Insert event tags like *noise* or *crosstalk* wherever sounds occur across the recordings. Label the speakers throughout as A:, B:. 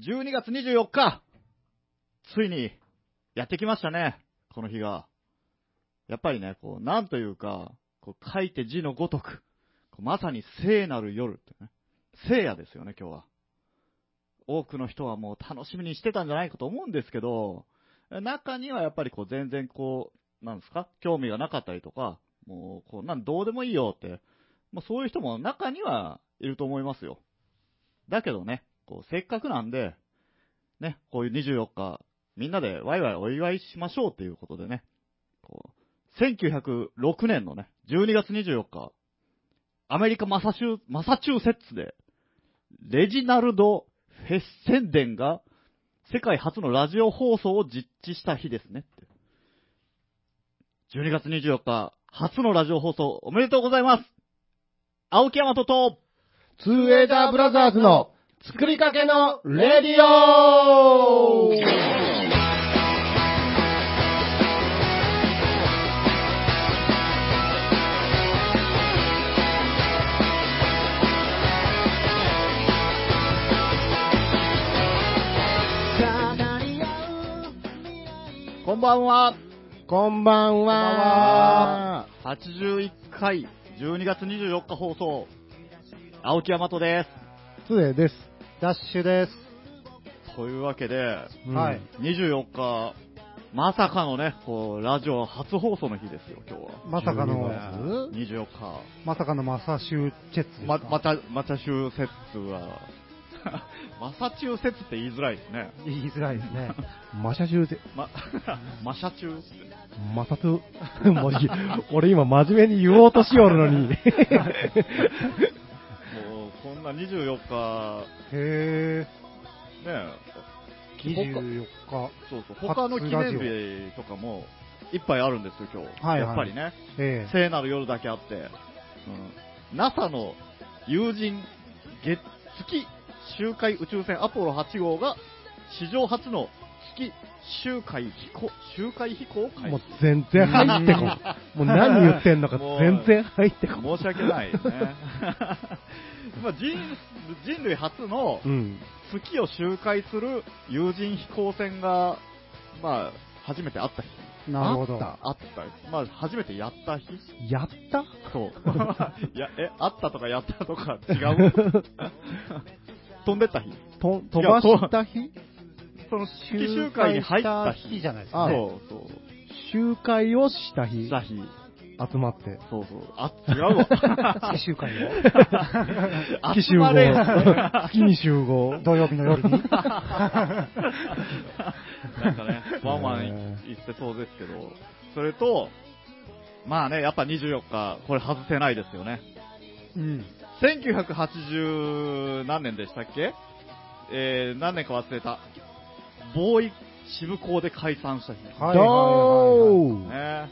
A: 12月24日、ついにやってきましたね、この日が。やっぱりね、こう、なんというか、こう書いて字のごとく、こうまさに聖なる夜ってね、聖夜ですよね、今日は。多くの人はもう楽しみにしてたんじゃないかと思うんですけど、中にはやっぱりこう全然こう、なんですか、興味がなかったりとか、もうこうなんどうでもいいよって、まあ、そういう人も中にはいると思いますよ。だけどね、こうせっかくなんで、ね、こういう24日、みんなでワイワイお祝いしましょうっていうことでね、こう1906年のね、12月24日、アメリカマサチューマサチューセッツで、レジナルド・フェッセンデンが世界初のラジオ放送を実地した日ですねって。12月24日、初のラジオ放送おめでとうございます青木山とと、
B: ツーウェイダーブラザーズの作りかけのレディオ
A: こんばんは
B: こんばんは
A: !81 回、12月24日放送、青木山とで
B: ツーウェイです。ダッシュです。
A: す。というわけで、
B: うん
C: はい。
A: 24日、まさかのね、こう、ラジオ初放送の日ですよ、今日は。
C: まさかの、
A: 24
B: 12
C: まさかのマサシューチェッツです
A: 日。
C: か
A: ま、また、マサチューセッツは、 *laughs* マサチューセッツって言いづらいですね。
C: 言いづらいですね。
B: マシャシューで、
A: ま、マシャチューって。
B: マサトゥ、もういい俺今真面目に言おうとしよるのに。
A: もう、こんな24日、ね
C: へ
A: え、
B: *laughs*
C: え。24日。
A: そうそう、他の記念日とかも、いっぱいあるんですよ、今日。
C: はいはい
A: やっぱりね、
C: ええ。
A: 聖なる夜だけあって、うん、NASA の友人月月周回宇宙船アポロ8号が、史上初の月周回飛行、周回飛行を開
B: もう
A: 始。
B: 全然入ってこん。もう何言ってんのか
A: もう
B: 全然入ってこ
A: *laughs*
B: ん。
A: 申し訳ないね。まあ人人類初の
B: うん。
A: 月を周回する有人飛行船が、まあ、初めてあった日。
C: なるほど。
B: あ
A: あった。まあ、初めてやった日
B: やった
A: そう。 *laughs* いや、え、あったとかやったとか違
C: *laughs*
A: う飛んでった日。
B: と飛ばした日
A: その、式集会に入った
C: 日
A: 日。
C: じゃないです
A: そ
C: か、
A: う
C: ね。
A: そう。
B: 集会をした日
A: した日。
B: 集まって。
A: そうそう。あ、違う
C: *laughs*
A: わ。
C: 月集会の
B: *laughs* 月集
A: 集ま
B: 合
A: れよ。。
B: *laughs* 月に集合。
C: 土曜日の夜に。
B: *laughs*
A: なんかね、ワンワン言ってそうですけど、それと、まあね、やっぱ24日、これ外せないですよね。
C: うん。
A: 1980何年でしたっけえー、何年か忘れた。ボーイ渋港で解散した日。
C: はいはいはい、
B: どー
A: ね、
C: はい。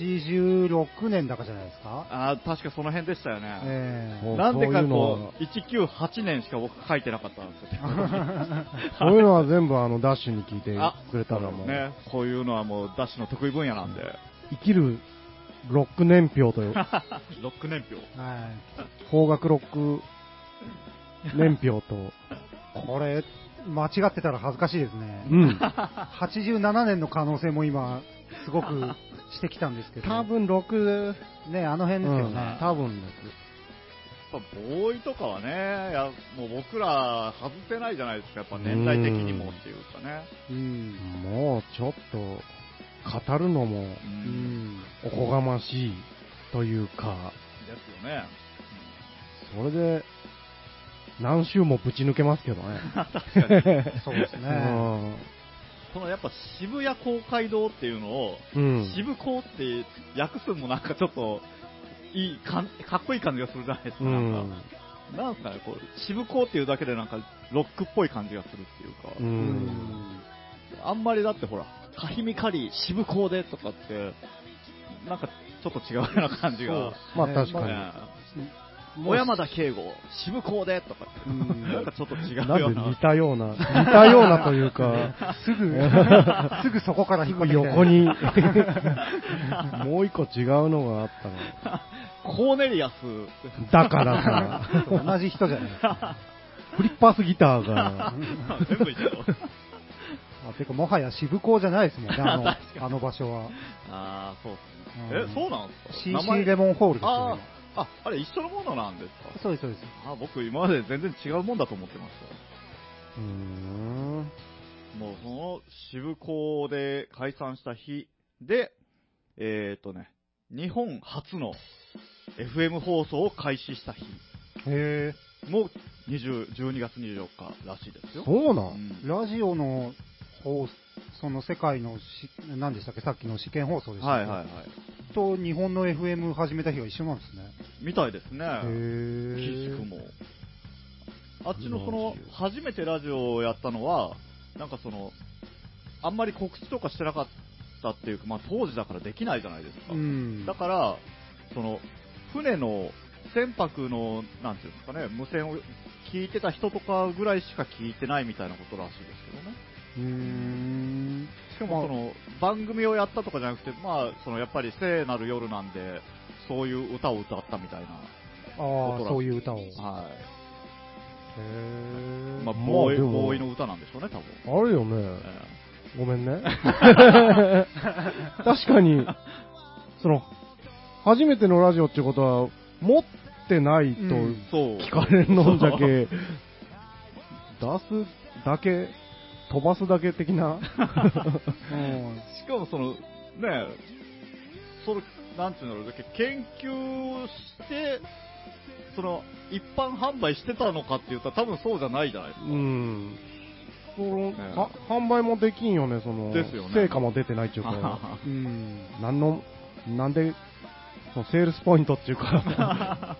C: 86年だかじゃないですか。
A: あー確かその辺でしたよね。
C: ええ
B: お
A: なんでかこ、
B: そう
A: 198年しか僕書いてなかったんです
B: *laughs* そういうの
C: *laughs*
B: は全部あのダッシュに聞いて
A: よ。あ、
B: くれたらもう、
A: ね、こういうのはもうダッシュの得意分野なんで。 *laughs*
B: 生きるロック年表という、
A: ロック年表。
C: は
B: 方角ロック年表
C: *laughs*
B: と、
C: い。これ、間違ってたら恥ずかしいですね。
B: うん。
C: 87年の可能性も今、すごくしてきたんですけど。
B: 多分6、
C: ね、あの
B: う
C: 辺ですよ
B: ん
C: ね。、
B: 多分で
A: やっぱボーイとかはね、いやもう僕ら外せないじゃないですか、やっぱ年代的にもっていうかね。
C: うん
B: す。。もうちょっと、語るの
A: う。
B: も
C: うんん。
B: おこがましいというか、
A: ですよね。
B: それで、何週もぶち抜けますけどね。
A: *laughs* 確かに。
C: そうです
B: う
C: ね。
B: ん
A: そのやっぱ渋谷公会堂っていうのを、
B: うん。
A: 渋公って訳すのもなんかちょっと、いいかん、かっこいい感じがするじゃないですか。
B: う
A: なんか、
B: ん。
A: なんすかね、こう、渋公っていうだけでなんか、ロックっぽい感じがするっていうか、
B: う。
C: うんん。
A: あんまりだってほら、カヒミカリ、渋公でとかって、なんかちょっと違うような感じが。
B: まあ確かに
A: ね小山田圭吾、渋公でとかって、
C: うん
A: なんかちょっと違うよ
B: な
A: うん
B: で似
A: な。
B: たような、似たようなというか、
C: *laughs* すぐ、すぐそこから引っ張ってきた
B: 横。に、もう一個違うのがあったの。
A: コーネリアス、 *laughs*
B: だからさ、
C: 同じ人じゃないですか。フリッパースギターが
A: 全部一緒。
C: あてかもはや渋港じゃないですもんねあ *laughs*
A: 確かに
C: のあの場所は
A: ああ、そうっすね。
C: うん
A: え、そうなんですか
C: CC レモンホールですよ
A: ああ、あ、あれ一緒のものなんです
C: 今
A: か
C: そうですそうです
A: あ僕今まで全然違うもんだと思ってまし
C: うーん
A: た。もうその渋港で解散した日で、えっ、ー、とね、日本初の FM 放送を開始した日
C: へえ
A: も20 12月24日らしいですよ。
B: そうな
A: うんん
C: ラジオの放その世界のし何でしたっけさっきの試験放送でした
A: は
C: っけ
A: いはいはい。
C: と日本の FM 始めた日が一緒なんですね
A: みたいですね。
C: へ
A: 岸
C: え
A: 君も。あっちのその、初めてラジオをやったのは、なんかその、あんまり告知とかしてなかったっていうか、まあ当時だからできないじゃないですか。
C: うん
A: だから、その、船の、船舶の、なんていうんですかね、無線を聞いてた人とかぐらいしか聞いてないみたいなことらしいですけどね。
C: うーん
A: しかもその、番組をやったとかじゃなくて、まあ、そのやっぱり聖なる夜なんで、そういう歌を歌ったみたいな。
C: あ
A: こと
C: あ
A: だ
C: そういう歌をへ
A: はい。
C: え
A: まあ、
B: まあ
A: ボーイ、
B: でも
A: ボーイの歌なんでしょうね、多分。
B: あるよね。
A: え
B: ごめんね。確かに、その、初めてのラジオってことは、持ってないと
C: うん
A: えそう。
B: 聞かれるのんだ
A: そう。
B: け、出すだけ、飛ばすだけ
A: *laughs*
B: 的な。
C: うん
A: *laughs* しかもその、ねえ、その、なんていうんだろう、だけ研究をして、その、一般販売してたのかって言ったら多分そうじゃないじゃないですか。
B: うん。その、
A: ね
B: は販売もできんよね、その、
A: ですよね
B: 成果も出てないっていうか。
C: うん
B: なんの、なんで、そのセールスポイントっていう
A: *laughs*
B: か、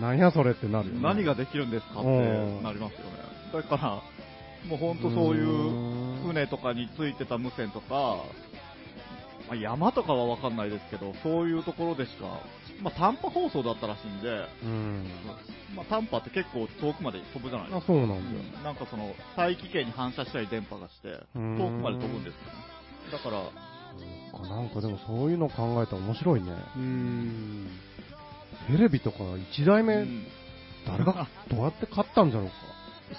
B: なんやそれってなるよね。
A: 何ができるんですかって
B: うん
A: なりますよね。だから、もう本当そういう
B: ーん
A: 船とかについてた無線とか、まあ山とかはわかんないですけど、そういうところでしか、まあ短波放送だったらしいんで、
B: うん。
A: まあ、短波って結構遠くまで飛ぶじゃないで
B: あ
A: す、か。
B: そうなんだよ。
A: なんかその、大気圏に反射したり電波がして、
B: う
A: 遠く
B: ん
A: まで飛ぶんですよね。だから、
B: そっかなんかでもそういうの考えたら面白いね。
C: うん
B: テレビとか1台目、 *laughs*
A: うん
B: 誰が、どうやって買ったんじゃろうか。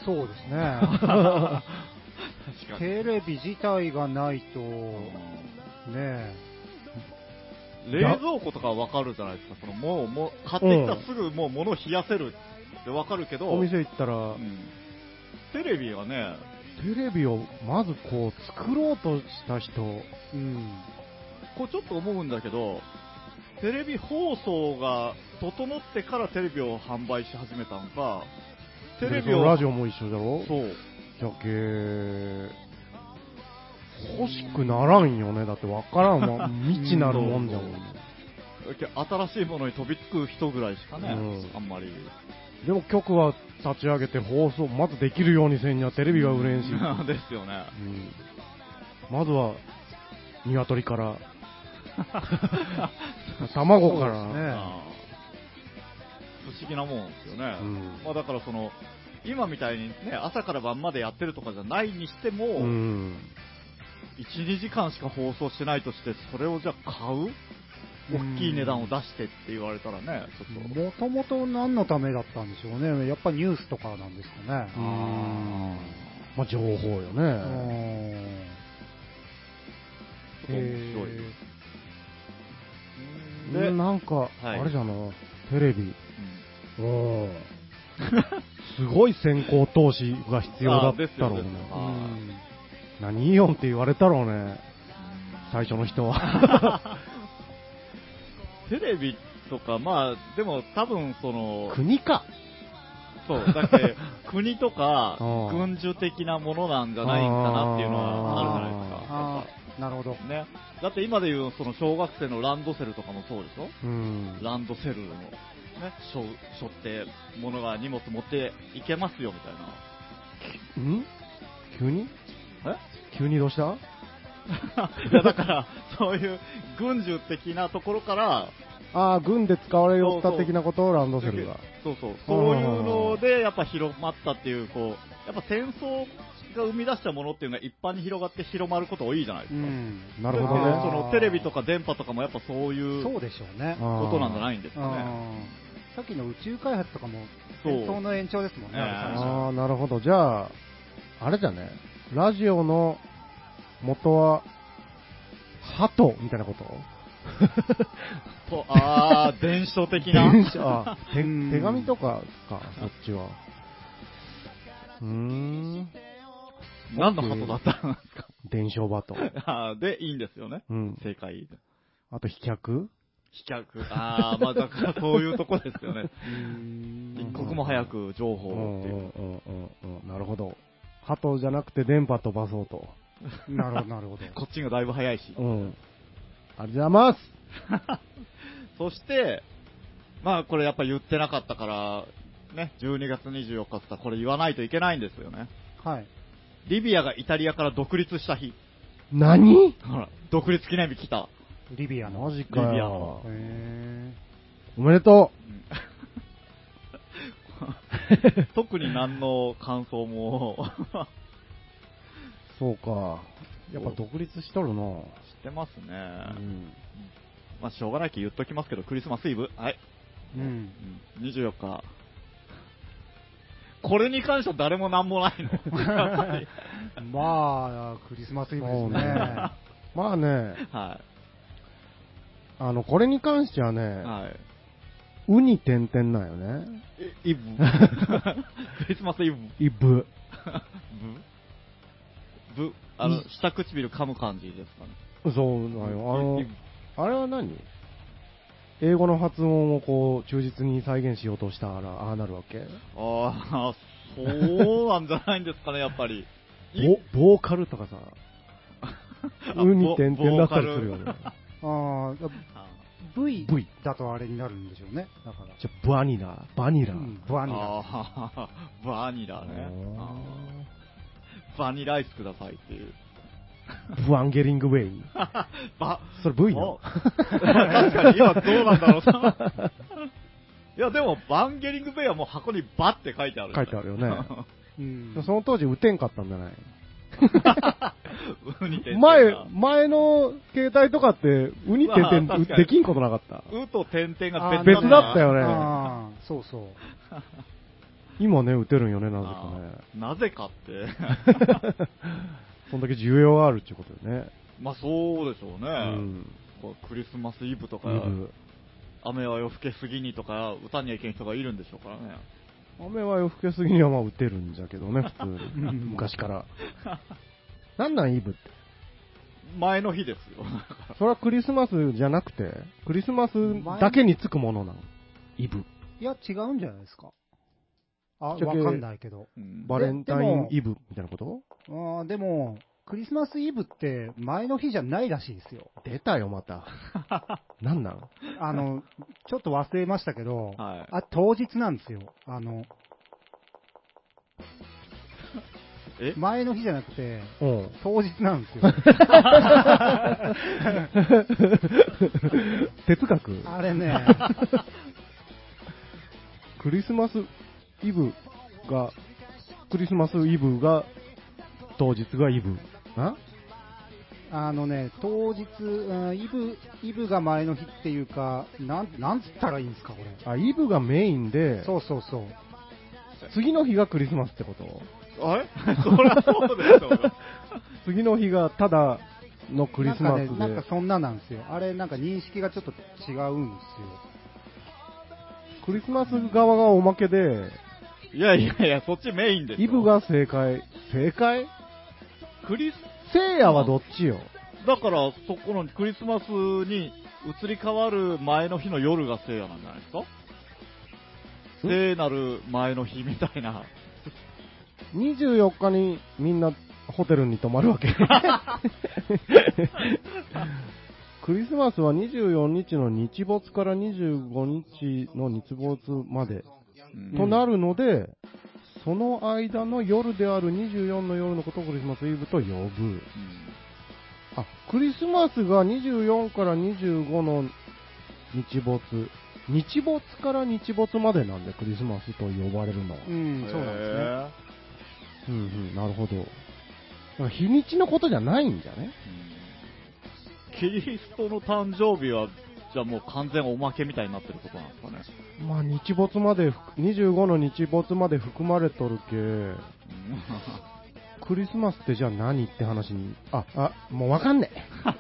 C: そうですね
A: *laughs* 確かに。
C: テレビ自体がないとねえ
A: 冷蔵庫とかはわかるじゃないですか。そのもう、もう買ってきたらすぐもう物を冷やせるってわかるけど、
B: お店行ったら
A: う、んテレビはね、
B: テレビをまずこう作ろうとした人、
C: うん
A: こうちょっと思うんだけど、テレビ放送が整ってからテレビを販売し始めたのか、テレビ
B: でそ
A: を
B: のラジオも一緒だろ
A: そう。
B: じゃけ欲しくならんよねだってわから
A: *laughs*
B: んわ未知なるもんじゃもんね
A: 新しいものに飛びつく人ぐらいしかね、
B: うん
A: あんまり。
B: でも局は立ち上げて放送まずできるようにせんにはテレビが売れんし、
A: *laughs*
B: う
A: ですよ
B: *laughs*
A: ね。
B: んまずは鶏から卵から
C: そうですね
A: あー不思議なもんですよね。
B: うん
A: まあだからその、今みたいにね、朝から晩までやってるとかじゃないにしても、
B: うん
A: 1、2時間しか放送してないとして、それをじゃあ買う
C: うん
A: 大きい値段を出してって言われたらね、ちょっと。
C: もともと何のためだったんでしょうねやっぱニュースとかなんですかね
B: うーんまあ情報よね
C: うん
A: ちょっと面白いで
C: へ
A: す。で、うん
B: なんか、
A: はい
B: あれじゃなテレビうんすごい先行投資が必要だ
A: あ
B: ったろう
A: ですよです
B: ね
A: よ
C: うん
B: 何イオンって言われたろうね最初の人は
A: テレビとか、まあ、でも多分その、
B: 国か
A: そう、だって、国とか
B: うん、
A: 軍需的なものなんじゃないかなっていうのはあるじゃないですか。や
C: あ
A: っぱ
C: あなるほど
A: ね、だって今でいうその小学生のランドセルとかもそうでしょ
B: うん
A: ランドセルの、ね、しょしょって、物が荷物持っていけますよみたい
B: *laughs* ん急に
A: な。え
B: 急にどうした
A: いやだから、そういう軍需的なところから、
B: ああ軍で使われよった的なことをランドセルが
A: そうそう、そういうので、やっぱ広まったっていう、こう、やっぱ戦争が生み出したものっていうのが一般に広がって広まること多いじゃないです
C: う
A: か。
C: ん
B: なるほどね
A: だからそのテレビとか電波とかもやっぱそういう
C: そう
A: こ
C: でしょうね
B: あー
A: となんじゃないんです
C: う
A: かね。
C: んさっきの宇宙開発とかも、
A: そう
C: 戦闘の延長ですもんね、
A: ええ
C: あれ最初
B: ああ、なるほど。じゃあ、あれだね。ラジオの元は、ハトみたいなこと
A: と、あー、伝承的な。
B: 電
A: *laughs*
B: 車あ手
C: うん
B: 手紙とかか、そっちは。うーん。
A: 何の鳩だったんですか
B: 伝承バト。
A: あーで、いいんですよね。
B: うん。
A: 正解。
B: あと飛脚
A: 飛脚。あー、まあだからそういうとこですよ *laughs* ね。
B: ん
A: 一刻も早く情
B: う
A: 報
B: ん
A: をっていうう。
B: んうんうんうん。なるほど。ハトじゃなくて電波飛ばそうと。
C: なるほど、なるほど。
A: こっちがだいぶ早いし。
B: うん。ありがとうございます
A: そして、まあこれやっぱ言ってなかったから、ね、12月24日ってさこれ言わないといけないんですよね。
C: *laughs* はい。
A: リビアがイタリアから独立した日。
B: 何
A: ほら、独立記念日来た。
C: リビアの。
B: マジか
A: リビア
B: よ
A: の。
C: へ
B: おめでと
A: うん *laughs* 特に何の感想も *laughs*
B: うそうか。やっぱ独立しとるな
A: してますね。
B: うん。
A: まあしょうがないき言っときますけど、クリスマスイブはい。
C: ーうん。
A: うん24日。これに関しては誰も何もない *laughs* の。やっぱり
C: まあ、クリスマスイブです
B: そうね
C: ね。
B: まあね、
A: は。
B: あの、これに関してはいね、
A: はい。
B: ウニ点々なんよね。
A: えイ *laughs* ブクリスマスイブ
B: イブ。
A: ブブあの
B: に、
A: 下唇噛む感じですかね。
B: そうなんよ
A: イ。
B: あの、あれは何英語の発音をこう、忠実に再現しようとしたら、ああなるわけ
A: ああ、そうなんじゃないんですかね、やっぱり。
B: ボボーカルとかさ、
A: *laughs* あ
B: ウニ点
A: ボ
B: 々だったり
A: ボーカル
B: するよね。
C: ああ、
A: あ
C: V
B: V
C: だとあれになるんでしょうね。だから。
B: じゃ、バニラ、バニラ。
C: うんバニラ。
A: あーバニラね。あーバニラアイスくださいっていう。
B: ブワンゲリングウェイ。
A: バ
B: それ V な
A: お *laughs* 確かに今どうなんだろうな。
B: *laughs*
A: いやでも、バンゲリングベイはもう箱にバって書いてあるじゃん。
B: 書いてある
A: *laughs*
B: よね
C: うん
B: その当時打てんかったんじゃない
A: ウニ点々
B: 前
A: が、
B: 前の携帯とかって、ウニ点
A: ま
B: 々
A: あ確かに
B: できんことなかった
A: うと点々
C: あ
A: が
C: ー
B: 別だったよね
C: あーそうそう。
B: 今ね、打てるんよね、なぜ
A: あ
B: かね。
A: ーなぜか
B: *laughs*
A: って。
B: そんだけ需要があるっていうことよね。
A: まあそうでしょうね。
B: うん。
A: こうクリスマスイブとか、
B: イブ
A: 雨は夜更けすぎにとか、歌にはいけん人がいるんでしょうからね。
B: 雨は夜更けすぎにはまあ打てるんじゃけどね、普通に。
C: ん
B: 昔から。なんなんイブって。
A: 前の日ですよ。
B: それはクリスマスじゃなくて、クリスマスだけにつくものなの。イブ。
C: いや、違うんじゃないですか。あ、わ
B: ちょ
C: か
B: け
C: んないけど。
A: うん
B: バレンタインイブみたいなこと
C: あーでも、クリスマスイブって前の日じゃないらしいですよ。
B: 出たよ、また。なんなん
C: あの、ちょっと忘れましたけど、
A: はい。
C: あ、当日なんですよ。あの、
A: え *laughs*
C: 前の日じゃなくて、
B: うん。
C: 当日なんですよ。
B: *laughs* 哲学
C: あれね、
B: クリスマスイブが、クリスマスイブが、当日がイブ。な
C: あのね、当日、うんイブ、イブが前の日っていうか、なん、なんつったらいいんですか、これ。
B: あ、イブがメインで、
C: そうそうそう。
B: 次の日がクリスマスってこと
A: あれそりゃそうでしょうが。
B: 次の日がただのクリスマスで、
C: なんかね、なんかそんななんですよ。あれ、なんか認識がちょっと違うんですよ。
B: クリスマス側がおまけで、
A: いやいやいや、そっちメインです
B: イブが正解。正解
A: クリス、
B: 聖夜はどっちよ
A: だから、そこのクリスマスに移り変わる前の日の夜が聖夜なんじゃないですか聖なる前の日みたいな。
B: ?24 日にみんなホテルに泊まるわ
C: *laughs*
B: け。クリスマスは24日の日没から25日の日没まで
A: うん
B: となるので、その間の夜である24の夜のことをクリスマスイブと呼ぶ。あ、クリスマスが24から25の日没。日没から日没までなんでクリスマスと呼ばれるのは。
C: うん、そうなんですね。
A: へ
B: うんうん、なるほど。だから日にちのことじゃないんじゃね
A: ーうんキリストの誕生日はじゃあもう完全おまけみたいになってるとこなん *laughs* ですかね。
B: まあ、日没まで、25の日没まで含まれとるけ、クリスマスってじゃあ何って話に、あ、あ、もうわかんね *laughs*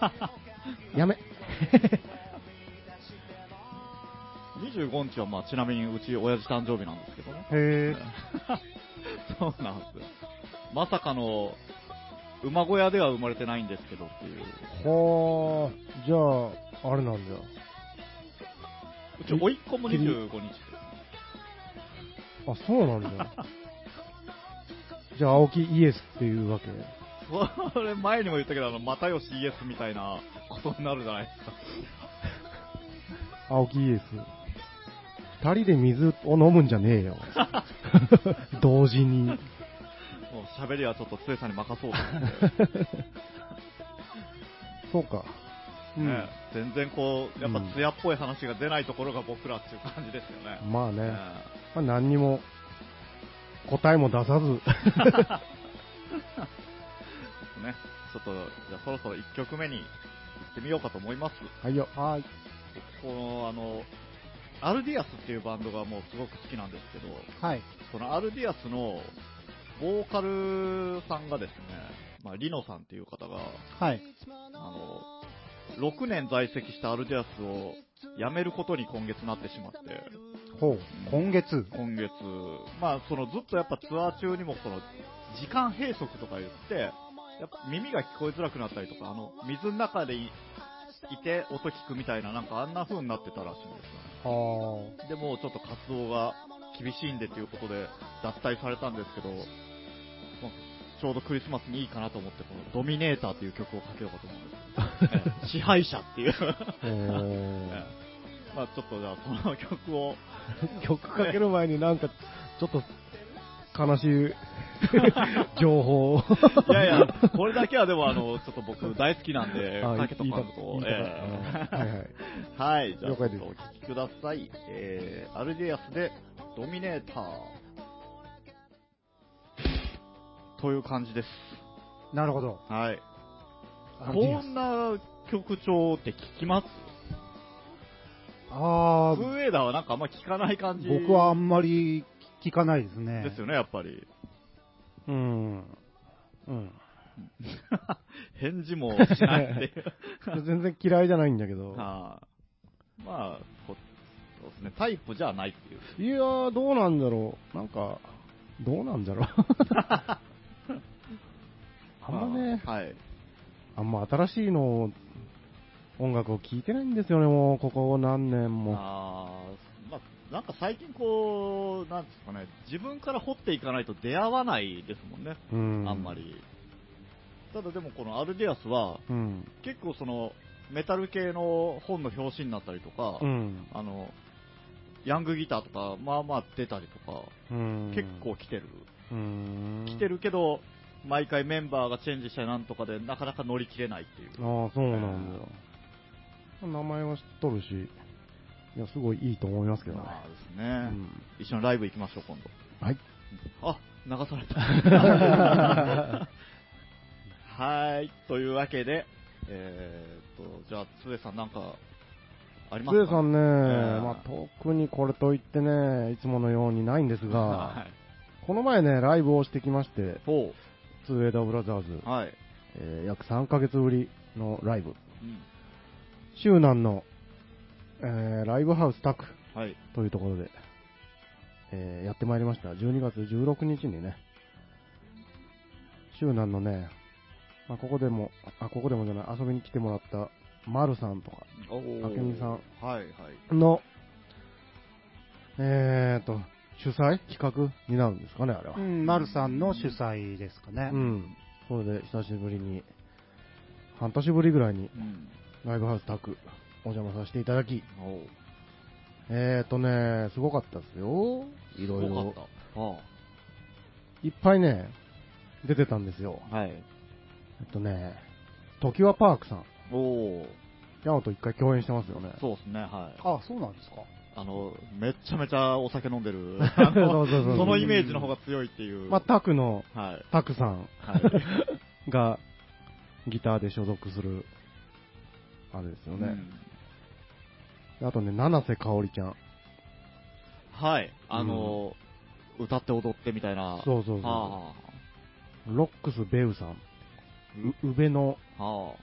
B: え。やめ。
A: 25日はまあちなみにうち親父誕生日なんですけどね。
B: へえ。
A: *laughs* そうなんですよ。まさかの、馬小屋では生まれてないんですけどっていう。
B: はあ、じゃあ、あれなんだよ。
A: うち、甥っ子も25日。
B: あ、そうなんだよ。じゃあ、青木イエスっていうわけ。
A: *laughs* それ、前にも言ったけど、あの、又吉イエスみたいなことになるじゃない *laughs* ですか。
B: 青木イエス。二人で水を飲むんじゃねえよ。
A: *laughs*
B: 同時に。
A: もう喋りはちょっとつさんに任そうと思って。
B: そうか。
A: ね全然こう、やっぱ艶っぽい話が出ないところが僕らっていう感じですよね。
B: まあね、ま
A: ね
B: あ、何にも答えも出さず。 *laughs*
A: ね、ちょっと、じゃあそろそろ1曲目に行ってみようかと思います。
B: はいよ。
C: はい。
A: この、あの、アルディアスっていうバンドがもうすごく好きなんですけど、
C: はい。
A: そのアルディアスのボーカルさんがですね、まあ、リノさんっていう方が、
C: はい。
A: あの、6年在籍したアルディアスを辞めることに今月なってしまって、
B: ほう。
C: 今月。
A: 今月、まあ、そのずっとやっぱツアー中にもその時間閉塞とか言って、やっぱ耳が聞こえづらくなったりとか、あの、水の中でいいて音聞くみたいな、なんかあんな風になってたらしいんですよね。
B: あー
A: でもうちょっと活動が厳しいんでということで脱退されたんですけど、まあちょうどクリスマスにいいかなと思って、このドミネーターという曲をかけようかと思うん
B: *laughs*
A: ですけどええ支配者っていう、
B: えー
A: ええまあちょっとじゃあその曲を、 *laughs*
B: 曲かける前になんか、ちょっと、悲し
A: *laughs*
B: い情報を。
A: いやいや、これだけはでもあの、ちょっと僕大好きなんで、
B: あ
A: かけと
B: いい
A: か
B: か
A: んと
B: いい。か
A: ええ
B: はいはい。
A: *laughs* はい、じゃあ
B: 了
A: ちょっ
B: 解
A: と
B: です
A: お聴きください。えー、アルディアスでドミネーター。という感じです。
C: なるほど。
A: はい。
C: アルディ
A: こ
C: アス
A: んな曲調って聞きます
C: あ
A: スウェーダーはなんかあんま聞かない感じ
C: ー僕はあんまり聞かないですね。
A: ですよね、やっぱり。
B: うん。うん。
A: 返事もしないって *laughs*
B: *laughs*
A: いう。
B: 全然嫌いじゃないんだ
A: *laughs*
B: けど。
A: はいまあ、こそうですね、タイプじゃないっていう。
B: いやー、どうなんだろう。なんか、どうなんだろう。
A: *laughs*
B: あんまね、
A: あはい。
B: あんま新しいのを、音楽を聴いてないんですよね、もう、ここ何年も。
A: あーまあ、なんか最近こう、なんですかね、自分から掘っていかないと出会わないですもんね、
B: うん。
A: あんま。り。ただでもこのアルディアスは、
B: うん。
A: 結構その、メタル系の本の表紙になったりとか、
B: うん。
A: あの、ヤングギターとか、まあまあ出たりとか、
B: うん。
A: 結構来てる。
B: うん。
A: 来てるけど、毎回メンバーがチェンジしたりなんとかで、なかなか乗り切れないっていう。
B: ああ、そうなんだよ。名前は知っとるし、いや、すごいいいと思いますけどね。
A: まあですね、
B: うん
A: 一緒にライブ行きましょう、今
B: はい。
A: 度。あ、流され
B: *laughs*
A: た。はい、というわけで、えー、っと、じゃあ、つえさんなんか、あります
B: つ
A: か
B: えさんね、
A: ー
B: まあ、特にこれといってね、いつものようにないんですが、
A: はい。
B: この前ね、ライブをしてきまして、
A: ほ
B: ツーエイダーブラザーズ
A: う。、はい。
B: えー約3ヶ月ぶりのライブ。
A: うん。
B: 周南の、えーライブハウスタク
A: はい。
B: というところで、えーやってまいりました。12月16日にね、周南のね、まあ、ここでも、あ、ここでもじゃない、遊びに来てもらった、丸さんとか
A: おー
B: あけみさん。
A: はい、はい。
B: の、えーと、主催企画になるんですかね、あれは
C: う。ん、丸さんの主催ですかね。
B: うん。それで久しぶりに、半年ぶりぐらいに
A: うん。
B: ライブハウスタクお邪魔させていただき、
A: おう
B: えーとね、すごかったですよ。いろい
A: よか
B: ろ
A: っ。た。あ
B: いっぱいね、出てたんですよ。
A: あはい。
B: えっとね、トキワパークさん。
A: おお。
B: ヤオと一回共演してますよね。
A: そうですね、はい。
C: あ、そうなんですか。
A: あの、めっちゃめちゃお酒飲んで
B: *laughs*
A: る。
B: そうそうそう
A: そのイメージの方が強いっていう。
B: まあ、タクの
A: はい。
B: タクさん
A: はい。
B: がギターで所属する、あれですよね。
A: うん
B: あとね、七瀬香織ちゃん。
A: はい。あのー歌って踊ってみたいな。
B: そうそうそ
A: は
B: う。ロックス・ベウさん。う、宇部の
A: あ。は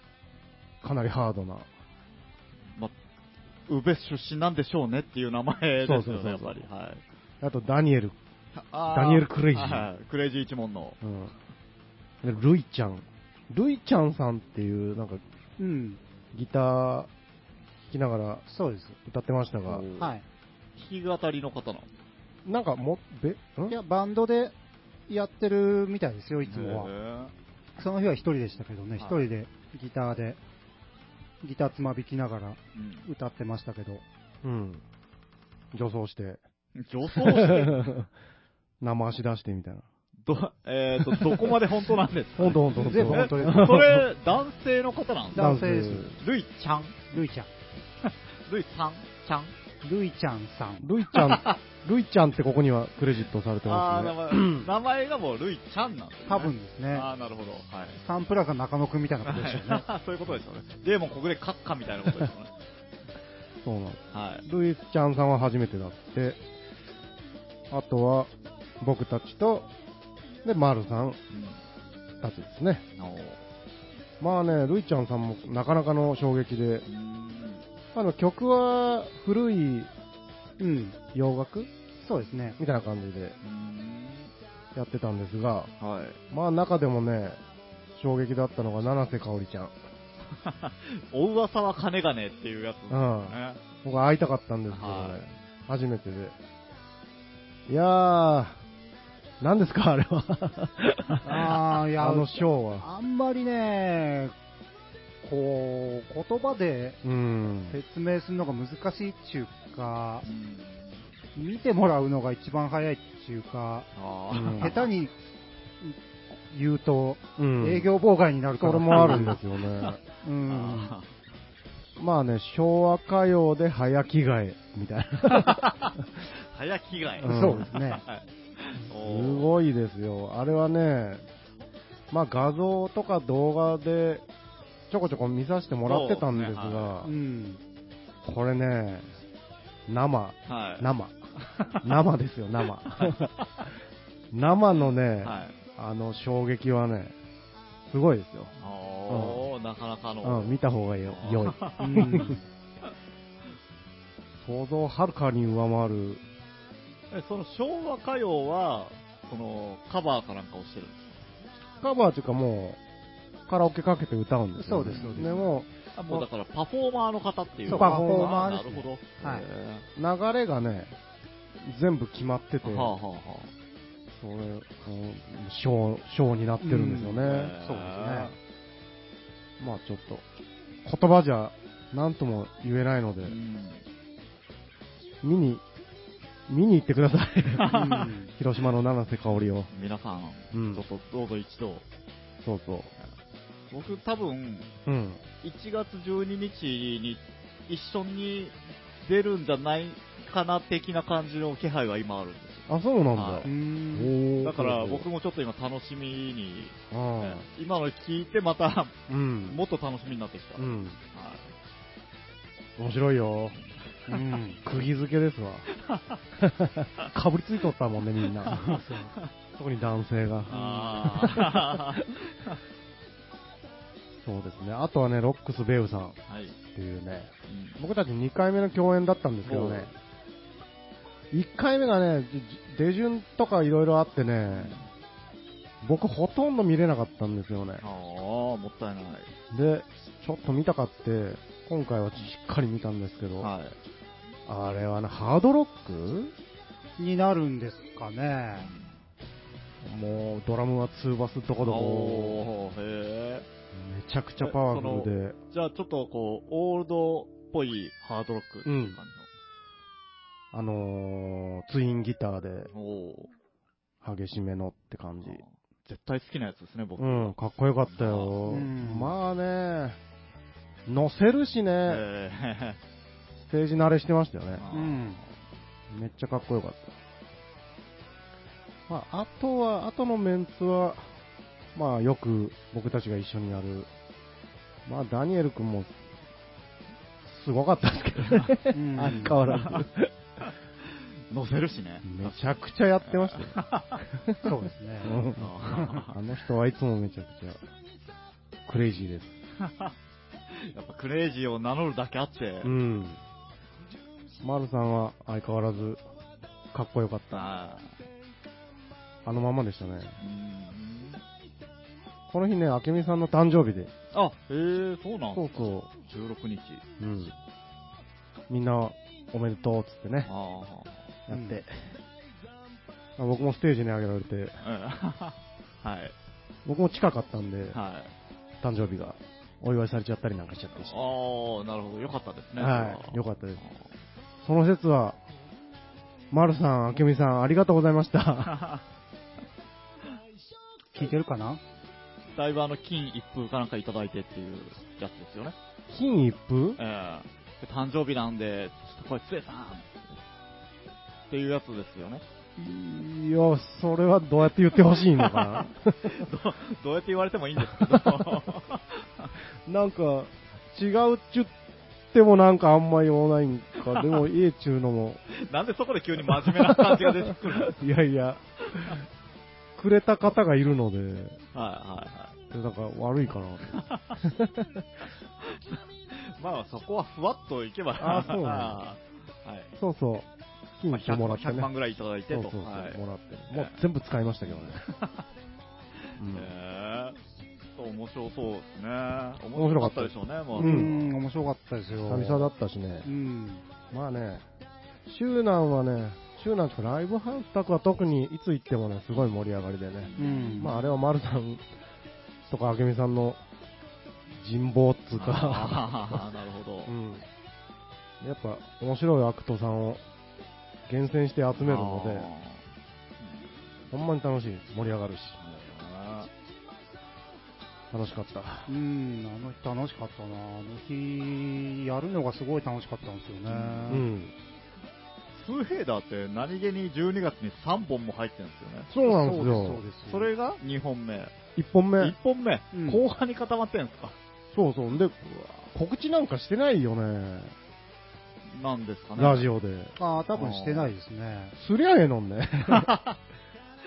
A: あ。
B: かなりハードな。
A: まあ、宇部出身なんでしょうねっていう名前です
B: そうそう
A: よ
B: そう
A: ね、やっぱり。はい。
B: あと、ダニエル。
A: あー
B: ダニエルクレイジー
A: はいクレイジー一門の。
B: うん。でルイちゃん。ルイちゃんさんっていう、なんか、
C: うん、
B: ギター弾きながら
C: そうです。
B: 歌ってましたが、
C: はい。
A: 弾き語りの方なの。
B: なんかも、べ、ん
C: いや、バンドでやってるみたいですよ、いつもは。
A: は。
C: その日は一人でしたけど
A: は
C: ね、
A: い
C: 一人でギターで、ギターつまびきながら
A: うん
C: 歌ってましたけど、
B: うん。女装
C: *laughs*
B: して、
A: 女装して、
B: 生足出してみたいな。
A: ど、えっ、と、どこまで本当なんですか
B: ほんとほんとほんと。
C: 全部本当です
B: *laughs*
A: それ、男性の方なんですか
C: 男性です
A: ルイちゃん
C: ルイちゃん。
A: ルイさんちゃん
C: ルイちゃんさん。
B: ルイちゃ
A: *laughs*
B: ん、ルイちゃんってここにはクレジットされて
A: ああ
B: ま
A: ー、
B: す
A: 名
B: ね。
A: 前、名前がもうルイちゃんなんですね。
C: 多分ですね
A: あ。あ、なるほど。はい。
C: サンプラザ中野くんみたいなことでしょうね。
B: *laughs*
A: *laughs* そういうことですよね。でもここでカッカみたいなことですよね。
B: そうなんで
A: はい。
B: す。ルイちゃんさんは初めてだって、あとは、僕たちと、で、マルさんたちですね。
A: うんおー
B: まあね、ルイちゃんさんもなかなかの衝撃で、
A: うん
B: あの曲は古い
C: うん、
B: 洋楽
C: そうですね。
B: みたいな感じでやってたんですが、
A: はい。
C: *laughs*
B: まあ中でもね、衝撃だったのが七瀬香織ちゃん。
A: お噂は金がねっていうやつですよね。
B: 僕は会いたかったんですけどね、
A: はい
B: 初めてで。いやー、何ですかあれは。
C: ああ、いや、
B: *laughs* あのショーは。
C: あんまりね、こう、言葉で
B: うん。
C: 説明するのが難しいっていうか、
A: うん
C: 見てもらうのが一番早いっていうか、
A: あ
B: うん
A: ー
C: 下手に言うと
B: うん
C: 営業妨害になるか
B: それ
C: ら。
B: もあるんですよね。
C: うん。
A: あ
B: *laughs* まあね、昭和歌謡で早着替えみたいな。
A: ー。早着替え。
B: うん
C: そうですね。
B: す
A: おー
B: ごいですよ。あれはね、まあ画像とか動画でちょこちょこ見させてもらってたんです
A: そうですね
B: が
C: う、ん。
B: これね、生、
A: はい。
B: 生、生ですよ、
C: *laughs*
B: 生。生のね、
A: はい。
B: あの衝撃はね、すごいですよ。
A: おー、なかなか
B: う
A: の。
B: ん、見た方がよ
A: あー
B: 良い。 *laughs*
C: うん
B: 想像をはるかに上回る。
A: えその昭和歌謡は、その、カバーかなんかをしてるんで
B: カバーというかもう、カラオケかけて歌うんですよ、
C: そうですそうです
B: でも、
A: すかもうだからパフォーマーの方っていう。
C: そう
B: パフォー
C: マー
A: あ
C: です
A: な
C: ね
A: るほど。
C: はい
A: へ
B: 流れがね、全部決まってて、
A: ーはあはあはあ。
B: それ、うんショー、ショーになってるんですよ
A: う
B: ね。
A: ん
C: そうですね。
B: まあちょっと、言葉じゃ何とも言えないので、
A: うん
B: 見に、見に行ってください。
C: うん
B: *laughs* 広島の七瀬香織を。
A: 皆さん、
B: うん
A: ちょっとどうぞ一度。
B: そうそう。
A: 僕多分、
B: うん。
A: 1月12日に一緒に出るんじゃないかな的な感じの気配が今あるんです
B: あ、そうなんだ。
A: は
C: う
A: い
B: お *laughs*
C: ん
B: ー
A: よ。だから僕もちょっと今楽しみに、
B: うん。
A: 今の聞いてまた
B: うん。
A: もっと楽しみになってきた。
B: うん。
A: はい
B: 面白いよ。
C: うん
B: *laughs* 釘付けですわ。
A: *laughs*
B: かぶりついとったもんね、みんな。特に男性が。
A: あ
B: そうですね。あとはね、ロックス・ベウさんっ
A: ーはい。
B: ていうね、僕たち2回目の共演だったんですけどね、1回目がね、じじ出順とかいろいろあってね、僕ほとんど見れなかったんですよね
A: あ。あ、もったいない。
B: で、ちょっと見たかって、今回はしっかり見たんですけど、
A: はい。
B: あれはね、ハードロック
C: になるんですかね。
B: もうドラムはツーバスどこどこ、
A: おーへ
B: めちゃくちゃパワフルで、
A: え。じゃあちょっとこう、オールドっぽいハードロックっていう感
B: あのー、ツインギターで
A: じの。お
B: 激しめのって感じ
A: ー。絶対好きなやつですね、僕。
B: うん、かっこよかったよ。
C: うん
B: まあね、乗せるしね、
A: へ *laughs* え
B: ステージ慣れしてましたよね。
C: うん。
B: めっちゃかっこよかった。まあ、あとは、あとのメンツは、まあ、よく僕たちが一緒にやる。まあ、ダニエル君も、すごかったですけどね。
C: うん
B: 相変わらず。
A: 載せるしね。
B: めちゃくちゃやってま
C: *laughs*
B: したよ。
C: そうですね。
B: うん
A: あ
B: あの人はいつもめちゃくちゃクレイジーです。
A: やっぱクレイジーを名乗るだけあって
B: う、ん。マルさんは相変わらずかっこよかった。
A: あ
B: あのままでしたね。
A: ーうん
B: この日ね、明美さんの誕生日で。
A: あ、へえ、そうなん
B: そうそう。
A: 16日。
B: うん。みんなおめでとうっつってね、
A: あ
B: やって。僕もステージに上げられて、
A: あ。うん *laughs* はい。
B: 僕も近かったんで、
A: はい。
B: 誕生日がお祝いされちゃったりなんかしちゃってして
A: ああ、なるほど。よかったですね。
B: はい。よ
A: っ
B: かったです。その説は、マルさん、明美さん、ありがとうござい
A: *laughs*
B: ました。
A: た。
C: 聞いてるかな
A: だいぶあの、金一封かなんかいただいてっていうやつですよね。
B: 金一封
A: ええで誕生日なんで、ちょっとこれ、つえさんっていうやつですよね。
B: いや、それはどうやって言ってほしいのか
A: *laughs* どどうやって言われてもいいんですけど。 *laughs*
B: ななんか、違うっちゅってもなんかあんま言わないんか、でもええっちゅうのも、
A: なんでそこで急に真面目な感じが出てくるんです
B: いやいや、くれた方がいるので、
A: かはいはいはい。
B: なんか悪いかな。
A: まあそこはふわっといけば、
B: あーそ
A: *laughs*
B: う
A: はい。
B: そうそう、金
A: まあ
B: 一封もらって
A: 100,
B: ね。
A: 万ぐらいいただいて
B: そう
A: と。
B: そうそう、
A: はい
B: もらって。もう全部使いましたけどね。うん
A: へー面白そうですね。面
B: 面
A: 白か
B: 白か
A: っ
B: ったた
A: で
B: で
A: し
B: し
A: ょうね、も
B: も
A: う。
B: う
C: う
B: うん
C: ん、面白かったですよ。
B: 久々だったしね。
C: うん。
B: まあね、周南はね、周南とかライブハウス宅は特にいつ行ってもね、すごい盛り上がりでね。
C: うん。
B: まああれは丸さんとか明美さんの人望っつうか、
A: あーなるほど。
B: *laughs* うん。やっぱ面白いアクトさんを厳選して集めるので、ほんまに楽しいです。盛り上がるし。
A: あー
B: 楽しかった。
C: うん、あの日楽しかったな。あの日、やるのがすごい楽しかったんですよね。
B: うん。
A: スーヘイダーって何気に12月に3本も入ってるんですよね。
B: そうなんですよ。
C: そうですそうです
A: それが2本目。
B: 一本目
A: 1。本目、
C: うん
A: 後半に固まってるんですか
B: そうそう。で、告知なんかしてないよね。
A: なんですかね。
B: ラジオで。
C: ああ、多分してないですね。
B: すりゃええのん *laughs* ね。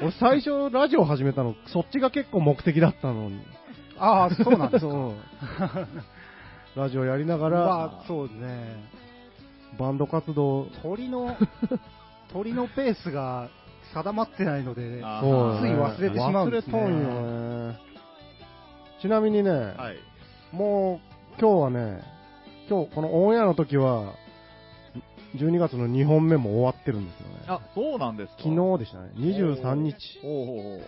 B: 俺最初ラジオ始めたの、そっちが結構目的だったのに。
C: ああ、そうなんですか。
B: *laughs*
C: *laughs*
B: そう。ラジオやりながら、
C: まあ、そうね。
B: バンド活動、
C: 鳥の、 *laughs* 鳥のペースが定まってないので、
A: あ
B: そう
A: つい
C: 忘れてしまうんですね
B: 忘れとんよね。ちなみにね、
A: はい。
B: もう今日はね、今日このオンエアの時は、12月の2本目も終わってるんですよね。
A: あ、そうなんですか
B: 昨日でしたね。23日、
A: おうおうおう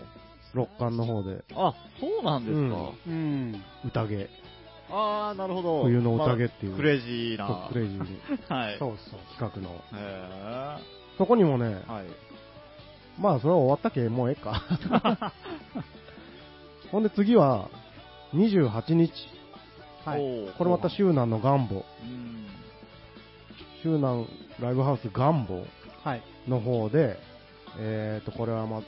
B: 六巻の方で、
A: あ、そうなんですか。
B: うん
C: うん。
B: 宴、
A: ああ、なるほど。
B: 冬の宴っていう
A: まあクレイジー
B: ト
A: な
B: ッ。プクレイジーに
A: はい。。
C: そううそう。
A: *laughs*
B: 企画の。
A: へえ。
B: そこにもね、
A: はい。
B: まあそれは終わったけ、もうええか。
A: *laughs*
B: ほんで次は、28日。
C: はい。
A: おー
B: これまた周南のガンボ。
A: うん。
B: 周南ライブハウスガンボ
C: はい。
B: の方で、えーと、これはまあ、い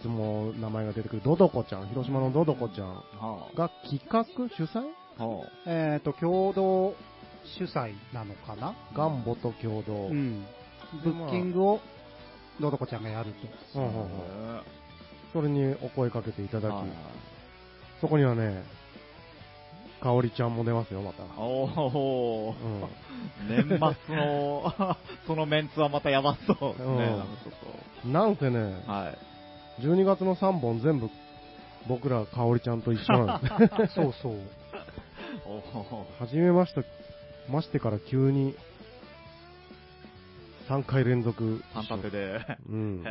B: つも名前が出てくるドドコちゃん、広島のドドコちゃん
A: は
B: が企画主催
A: あ。は
C: えっ、と、共同主催なのかな
B: ガンボと共同。
C: うん。
B: で
C: ブッキングを、のどこちゃんがやると。
A: あ。
B: うんうんうんそれにお声かけていただき、
A: はい
B: そこにはね、かおりちゃんも出ますよ、また。
A: おお。
B: うん
A: 年末の、そのメンツはまたやばそうですね。
B: うん
A: なんかちょっ
B: なんせね
A: と。、はい。
B: 12月の3本全部、僕ら、かおりちゃんと一緒なんです。
C: そうそう。
A: おお。
B: 初めまして、ましてから急に、3回連続。
A: 三立てで。へ
B: うん。な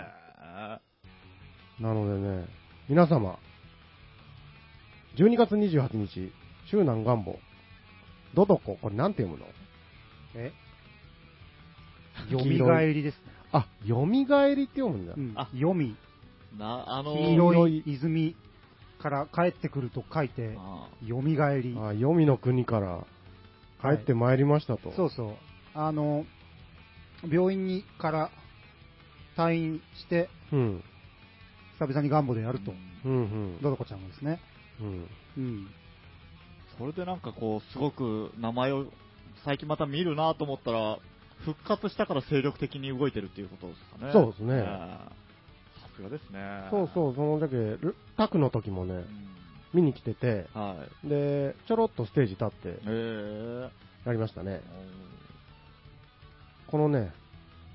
A: え。
B: のでね、皆様、12月28日、周南願望、ドドコ、これなんて読むの
C: えよ
B: 黄
C: み
B: 色い
C: 返りですね。
B: あ、よみがえりって読むんだ。
C: うん
A: あ。
C: よみ。
A: な、あのー、
C: 黄色い泉から帰ってくると書いて、
A: ああ
C: よみ返り。
B: あ、よみの国から帰ってまいりましたと。
C: そうそう。あの、病院にから退院して、
B: うん。
C: 久々にガンボでやると。
A: うん
B: うんうん。
C: どどこちゃんがですね。
B: うん。
C: うん。
A: それでなんかこう、すごく名前を最近また見るなと思ったら、復活したから精力的に動いてるっていうことですかね。
B: そうですね
A: えさすがですね。
B: そうそう、そのだけ、ルタクの時も
A: う
B: ね、
A: ん
B: 見に来てて、
A: はい。
B: で、ちょろっとステージ立って
A: えー
B: やりましたね。このね、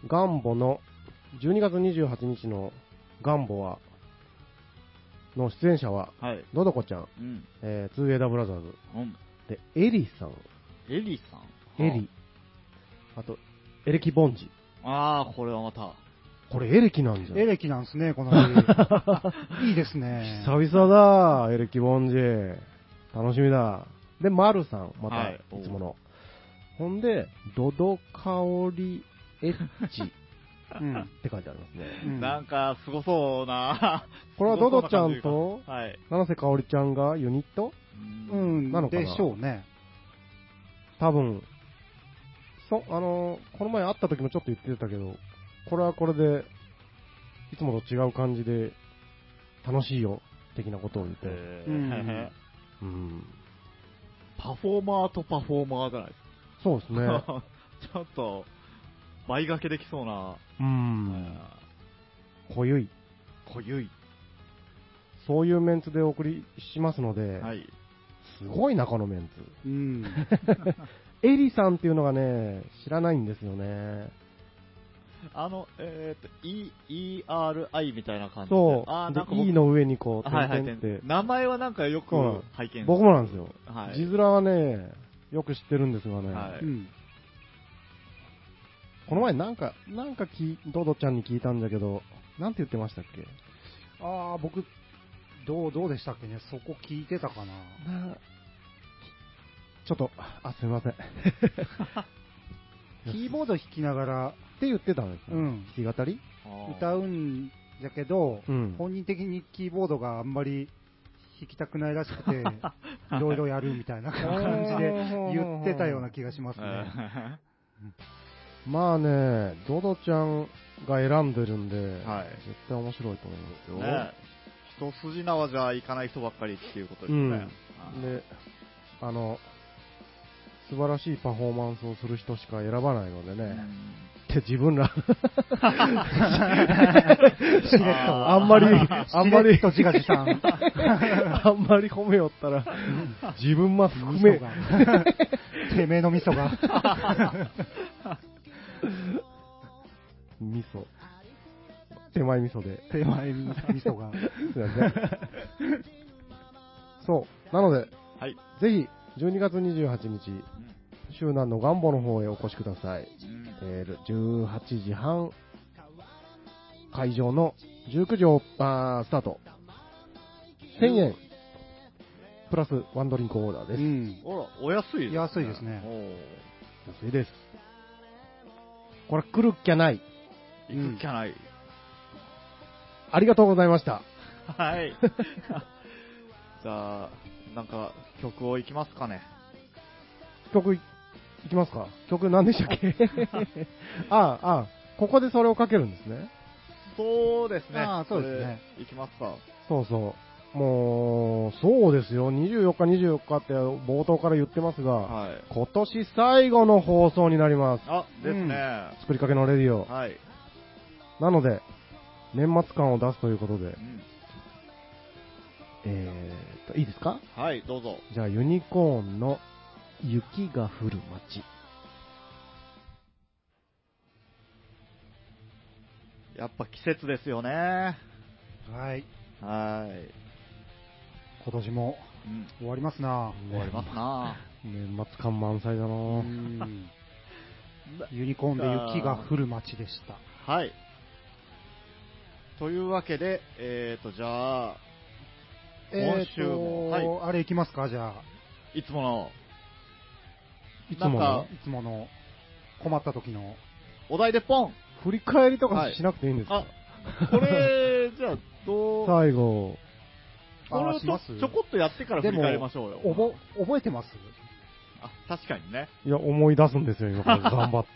B: ガンボの、12月28日のガンボは、の出演者は、
A: はい。
B: のどこちゃん、
A: うん。
B: えー、2A ダブラザーズ、
A: うん。
B: で、エリさん、
A: エリさん。
B: エリ。、あと、エレキボンジ。
A: ああ、これはまた。
B: これエレキなんじゃん。
C: エレキなんですね、この二人いいですね。
B: 久々だ、エレキボンジ。楽しみだ。で、マルさん、また、
A: はいい、
B: つもの。ほんで、ドドカオリエッチっ
C: うん。
B: て書いてあります
A: *laughs*
B: ね。
C: うん
A: なんか、すごそうな。
B: *laughs* これはドドちゃん
A: すご
B: と
A: そうな感じがはい。
B: 七瀬香織ちゃんがユニット
A: う
C: う。ん、
B: なのかな
C: でしょうね。
B: 多分、そ、あのーこの前会った時もちょっと言ってたけど、これはこれで、いつもと違う感じで、楽しいよ、的なことを言って。
A: え
C: うん
A: ー
B: うん。
A: *laughs* パフォーマーとパフォーマーじゃないです
B: そうで
A: *laughs*
B: すね。
A: か。ちょっと、倍掛けできそうな。
B: うん。濃ゆい。
A: 濃ゆい。
B: そういうメンツでお送りしますので、
A: はい。
B: すごいな、このメン
C: うん。
B: ツ。エリさんっていうのがね、知らないんですよね。
A: あの、えーっと、E、ERI みたいな感じで。
B: そう。
A: あーなんか
B: で
A: 僕
B: E の上にこう、
A: はいはい
B: 点々って。
A: 名前はなんかよく
B: そうなの
A: 拝見
B: 僕もなんですよ。
A: はい。
B: 字面はね、よく知ってるんですがね、
A: はい
C: うん。
B: この前なんか、なんかき、ドドちゃんに聞いたんだけど、なんて言ってましたっけ
C: ああ、僕、どう、どうでしたっけね。そこ聞いてたかな。
B: なちょっと、あ、すみません。っ
C: キーボード弾きながら
B: て言ってたんですよ、
C: うん
B: 弾き語り
A: あー
C: 歌うんだけど、
B: うん
C: 本人的にキーボードがあんまり弾きたくないらしくて、いろいろやるみたいな感じで言ってたような気がしますね。
B: まあね、ドドちゃんが選んでるんで、
A: はい
B: 絶対面白いと思います
A: *laughs*
B: よ。
A: ね一筋縄じゃいかない人ばっかりっていうことですね。
B: うん
A: あー
B: で、あの、素晴らしいパフォーマンスをする人しか選ばないのでね、って自分ら、
C: しれっと。
B: あんまり、あんま
C: しれ
B: り
C: っ、と自画自賛。
B: あんまり褒めよったら、自分ま含
C: 味
B: め
C: 噌、が。てめえの味噌が。
B: *laughs* 味噌。手前味噌で。
C: 手前味噌が。
B: すいません。そう。なので、
A: はい。
B: ぜひ、12月28日、周南の願望の方へお越しください。
A: うん
B: えー18時半、会場の19時をあースタート。1000円、プラスワンドリンクオーダー
C: う
B: です。
C: ん。
A: おら、お安い
C: 安いですね
A: おー
B: 安いです。これ来るっきゃない。
A: 行くっきゃない。
B: ありがとうございました。
A: はい。 *laughs* じゃあ、なんか、曲をいきますかね。
B: 曲い、いきますか曲何でした *laughs* っけああ、ああ、ここでそれをかけるんですね。
A: そうですね。
C: あーそうですね
A: これ。いきますか。
B: そうそう。もう、そうですよ。24日、24日って冒頭から言ってますが、
A: はい。
B: 今年最後の放送になります。
A: あ、ですね。
B: 作りかけのレディオ。
A: はい。
B: なので、年末感を出すということで
A: う、ん
B: えーっと、いいですか
A: はい、どうぞ。
B: じゃあ、ユニコーンの雪が降る街。
A: やっぱ季節ですよね。
C: はい。
A: はい。
C: 今年も
A: うん。
C: 終わりますな。
A: 終わりますな
B: 年末感満載だな
C: う
B: ぁ
C: んユニコーンで雪が降る街でした。
A: はい。というわけで、えーと、じゃあ、今週も
C: えーとあれ行きますか、じゃあ。
A: いつもの
B: いつも
A: なん
B: の
A: か
C: いつもの困った時の。
A: お題でポン
B: 振り返りとかしなくていいんですか、
A: あ、これ、じゃあ、どう、
B: 最後、
A: これ
C: あ
A: を
C: し
A: ちょ
C: ます
A: ちょこっとやってから振り返りましょうよ。
C: おぼ覚えてます
A: あ、確かにね。
B: いや、思い出すんですよ、今
A: *laughs*
B: から頑張って。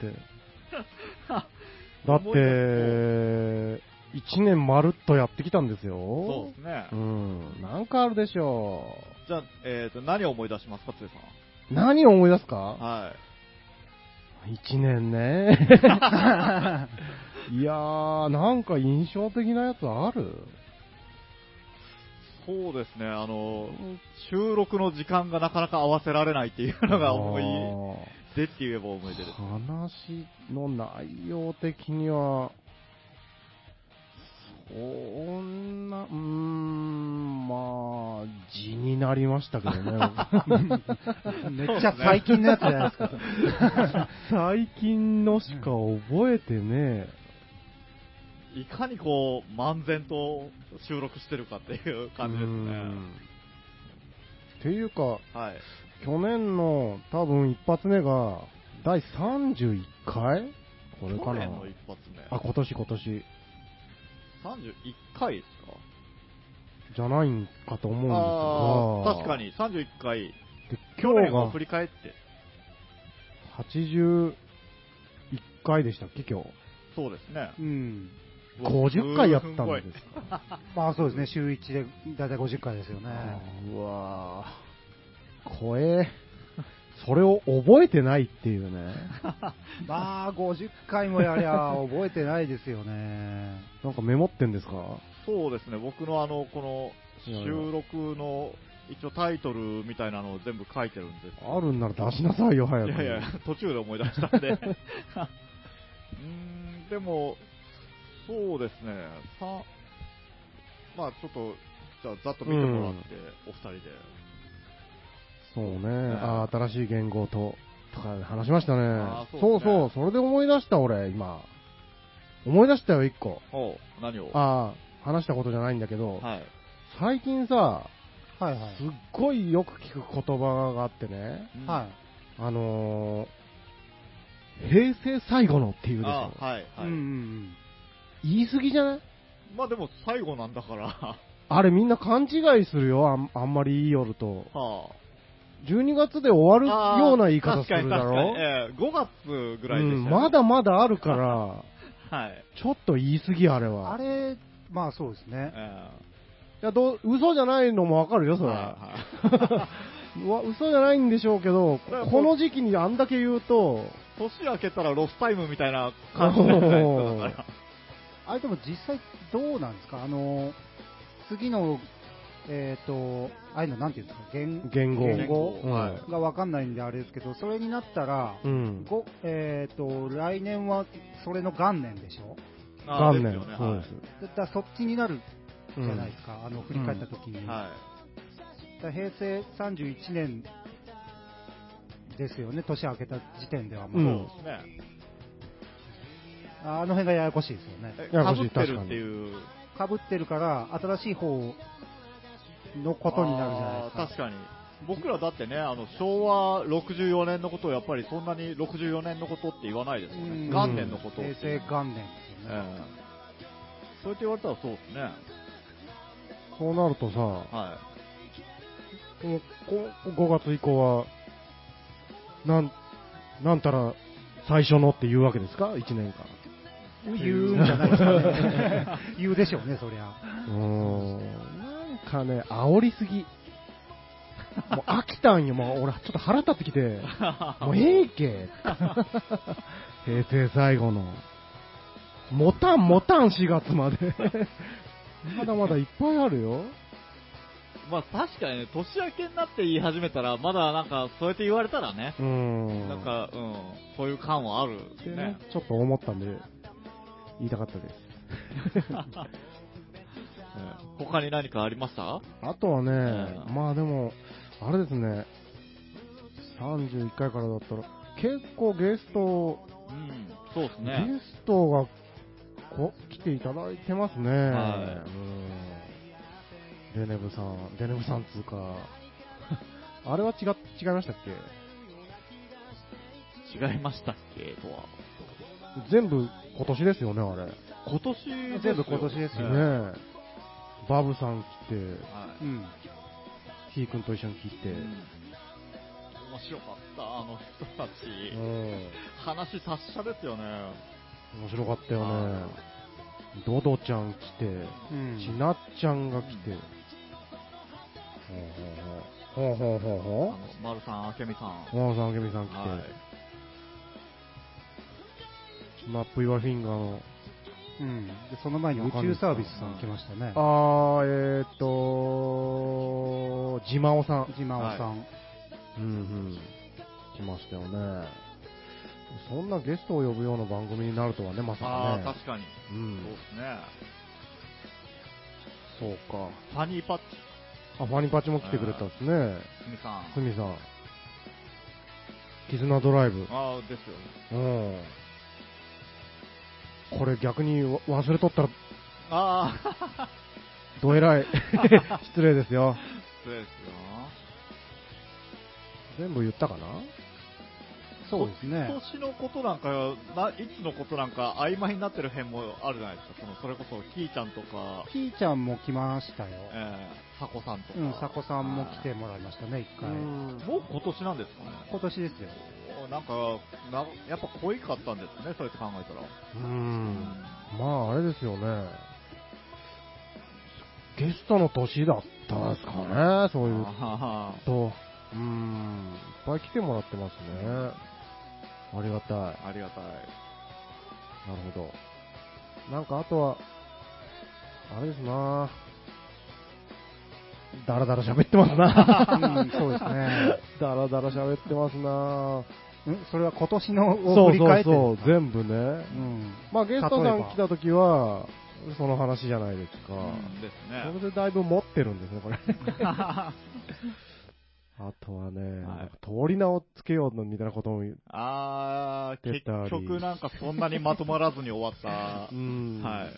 B: だっ
A: 思い
B: て、一年まるっとやってきたんですよ。
A: そうですね。
B: うん、なんかあるでしょ
A: じゃあ、えーと、何を思い出しますか、つえさ
B: う。何を思い出すか
A: ん。はい。
B: 一年
A: *laughs*
B: ね。いやー、なんか印象的なやつある
A: そうですね、あの、収録の時間がなかなか合わせられないっていうのが思い出って言えば思い出です。
B: あー話の内容的には、そんな、うーん、まあ、地になりましたけど
A: *laughs*
B: ね。
C: *laughs* めっちゃ最近のやつじゃないですか。
B: 最近のしか覚えてね
A: いかにこう、漫然と収録してるかっていう
B: え。
A: 感じです
B: うん
A: ね。
B: っていうか、
A: はい。
B: 去年の多分一発目が第31回これ
A: 去
B: かな
A: 年の一発目。
B: あ、今年今年
A: 31回ですか
B: じゃないんかと思うんです
A: あ
B: が
A: あ、確かに31回。
B: で
A: 去
B: 今日
A: 年を
B: が
A: 振り返って。
B: 81回でしたっけ今日
A: そうですね。
C: *laughs* うん。
B: 50回やったんですか
C: まあそうですね、週1でだいたい50回ですよね。
B: うわぁ怖えそれを覚えてないっていうね
C: まあ50回もやりゃ覚えてないですよね。
B: なんかメモってんですか
A: そうですね、僕のあの、こ
B: いや
A: の
B: いや
A: 収録の一応タイトルみたいなのを全部書いてるんです
B: あるんなら出しなさいよ早
A: い
B: く
A: やいや、途中で思い出した
B: *laughs*
A: んで。うーん、でも、そうですね、さ、まあちょっと、じゃあざっと見てもらって、お二人で。
B: そうね、
A: ん
B: あー新しい言語と、とか話しましたね
A: あ。ーそう
B: そ
A: う
B: そ
A: で
B: う、
A: す
B: それで思い出した俺、今。思い出したよ、一個。
A: おう何を
B: ああ、話したことじゃないんだけど、
A: はい。
B: 最近さ、
C: はいはい
B: す。っごいよく聞く言葉があってね、
A: うん
C: は
B: あのー、平成最後のっていうでしょ。
A: あはい、
C: い。
A: はい。
C: うんうん
B: 言い過ぎじゃない
A: まあでも最後なんだから、 *laughs* は
B: あれみんな勘違いするよ、あんあんまり言いよると。
A: あ。
B: 12月で終わ
A: あー
B: るような言い方するだ
A: 確かに確
B: ろ
A: かにええ5月ぐらいで
B: う
A: した
B: ん
A: ね
B: まだまだあるから、
A: はい。
B: ちょっと言い過ぎ、あれは。
C: あれ、まあそうですね。
A: え
B: いやどう嘘じゃないのもわかるよ、
A: え
B: それ。
A: はいは
B: う *laughs* わ嘘じゃないんでしょうけど
A: それは、もう
B: この時期にあんだけ言うと、
A: い年明けたらロスタイムみたいな感じじゃないですかだか
C: あれでも実際どうなんですかあの、次の、えっ、と、ああいうのなんていうんですか言
B: 言語。
A: 言語
B: うん
A: はい
C: がわかんないんであれですけど、それになったら、
B: うん。
C: ごえっ、と、来年はそれの元年でしょ
A: ら。ああ
B: 元年、
A: ですよね
B: そう
A: はい
B: です。
C: だからそっちになるじ
B: う
C: ゃ
B: ん
C: ないですか、あの振り返った時に。
A: は
C: だから平成31年ですよね、年明けた時点ではも
B: う
C: う、
A: い。
B: ん
A: そうですね。
C: あの辺がややこしいですよね。
A: え
B: や
A: か
B: こ
A: ぶ
B: しい
A: ってるっていう
C: かぶってるから、新しい方のことになるじゃないです
A: あー
C: か。
A: 確かに。僕らだってね、あの昭和64年のことをやっぱりそんなに64年のことって言わないですもんね。
C: うん
A: 元年のことって
C: 平成元年ですよね。
A: ええそうやって言われたらそうですね。
B: そうなるとさ、
A: は
B: このこ5月以降は、なん、なんたら、最初のって言うわけですか ?1 年間。
C: 言うんじゃないですかね。 *laughs* 言うでしょうね、そりゃ。
B: うーん。なんかね、煽りすぎ。もう飽きたんよ、もう俺、ちょっと腹立って
A: *laughs*
B: きて。もうええけ。平成最後の。もたんもたん4月まで。まだまだいっぱいあるよ。
A: い。まあ確かにね、年明けになって言い始めたら、まだなんかそうやって言われたらね、
B: うーん。
A: なんか、うん、そういう感はある
B: ってね
A: ね。
B: ちょっと思ったんで、言いたかったです。
A: え *laughs* 他に何かありました
B: あとはね、
A: うん
B: まあでも、あれですね、31回からだったら、結構ゲスト、
A: うん、そうですね
B: ゲ。ストがこ来ていただいてますね。
A: は
B: うん。デネブさん、デネブさんつうか、 *laughs* あれは違っ違いましたっけ
A: 違いましたっけとは。
B: 全部今年ですよね、あれ。ね
A: 今年ですよ
C: 全部今年ですよ
A: ええ
B: え。バブさん来て、
A: はい
C: うん。
B: ひーくんと一緒に来て。
A: 面白かった、あの人た
B: う
A: ち。
B: ん
A: 話達者ですよね。
B: 面白かったよね
A: は。
B: ドドちゃん来て、
C: うん
B: ちなっちゃんが来て。ほうほうほう。ほうほうほ
A: あ
B: うほ
A: の、丸さん、あけみさん。
B: う。ママさん、あけみさん来て。
A: はい。
B: マップ・イワ・フィンガーの。
C: うん。で、その前に宇宙サービスさん来ましたね。
B: あー、えーっと、ジマオさん。
C: ジマオさん。
B: うんうん。来ましたよね。そんなゲストを呼ぶような番組になるとはね、まさ
A: あ
B: か
A: あ、
B: ね。
A: 確かに。
B: う
A: そうんで。すね。
B: そうか。
A: ファニーパッチ、
B: あ、ファニパチも来てくれたんですね。
A: すみさん。
B: すみさん。絆ドライブ。
A: ああ、ですよ。
B: うん。これ逆にわ忘れとったら
A: ああ、
B: どえらい。 *laughs* 失礼ですよ。
A: *laughs* そうですよ。
B: 全部言ったかな
C: そうですね
A: 今。年のことなんかないつのことなんか曖昧になってる辺もあるじゃないですか。そのそれこそ、キーちゃんとか、
C: キーちゃんも来ましたよ。
A: えー、サコさんとか。
C: うん、佐古さんも来てもらいましたね、一回。
A: もう今年なんですかね。
C: 今年ですよ。
A: なんかな、やっぱ濃いかったんですね、そうやって考えたら。
B: うん。まあ、あれですよね。ゲストの年だったんですかね、そういう
A: あ
B: と。うん。いっぱい来てもらってますね。ありがたい。
A: ーありがたい。
B: なるほど。なんかあとは、あれですなだらだら喋ってます *laughs* な
C: *laughs* うんそうですね。
B: だらだら喋ってますなん
C: それは今年の
B: そう
C: を振り
B: そ
C: 返
B: う
C: って
B: そう、
C: う
B: 全部ね。
C: ん。
B: まあゲストさん来た時は、その話じゃないですか。
A: うんですね。
B: それでだいぶ持ってるんですね、
A: *laughs*
B: これ。
A: あ
B: あとはね、
A: はい
B: なんか通り名をつけようのみたいなことも言う、
A: *laughs* あー、
B: 出
A: 結
B: たり
A: 局なんかそんなにまとまらずに終わった
B: う。ん
A: はい。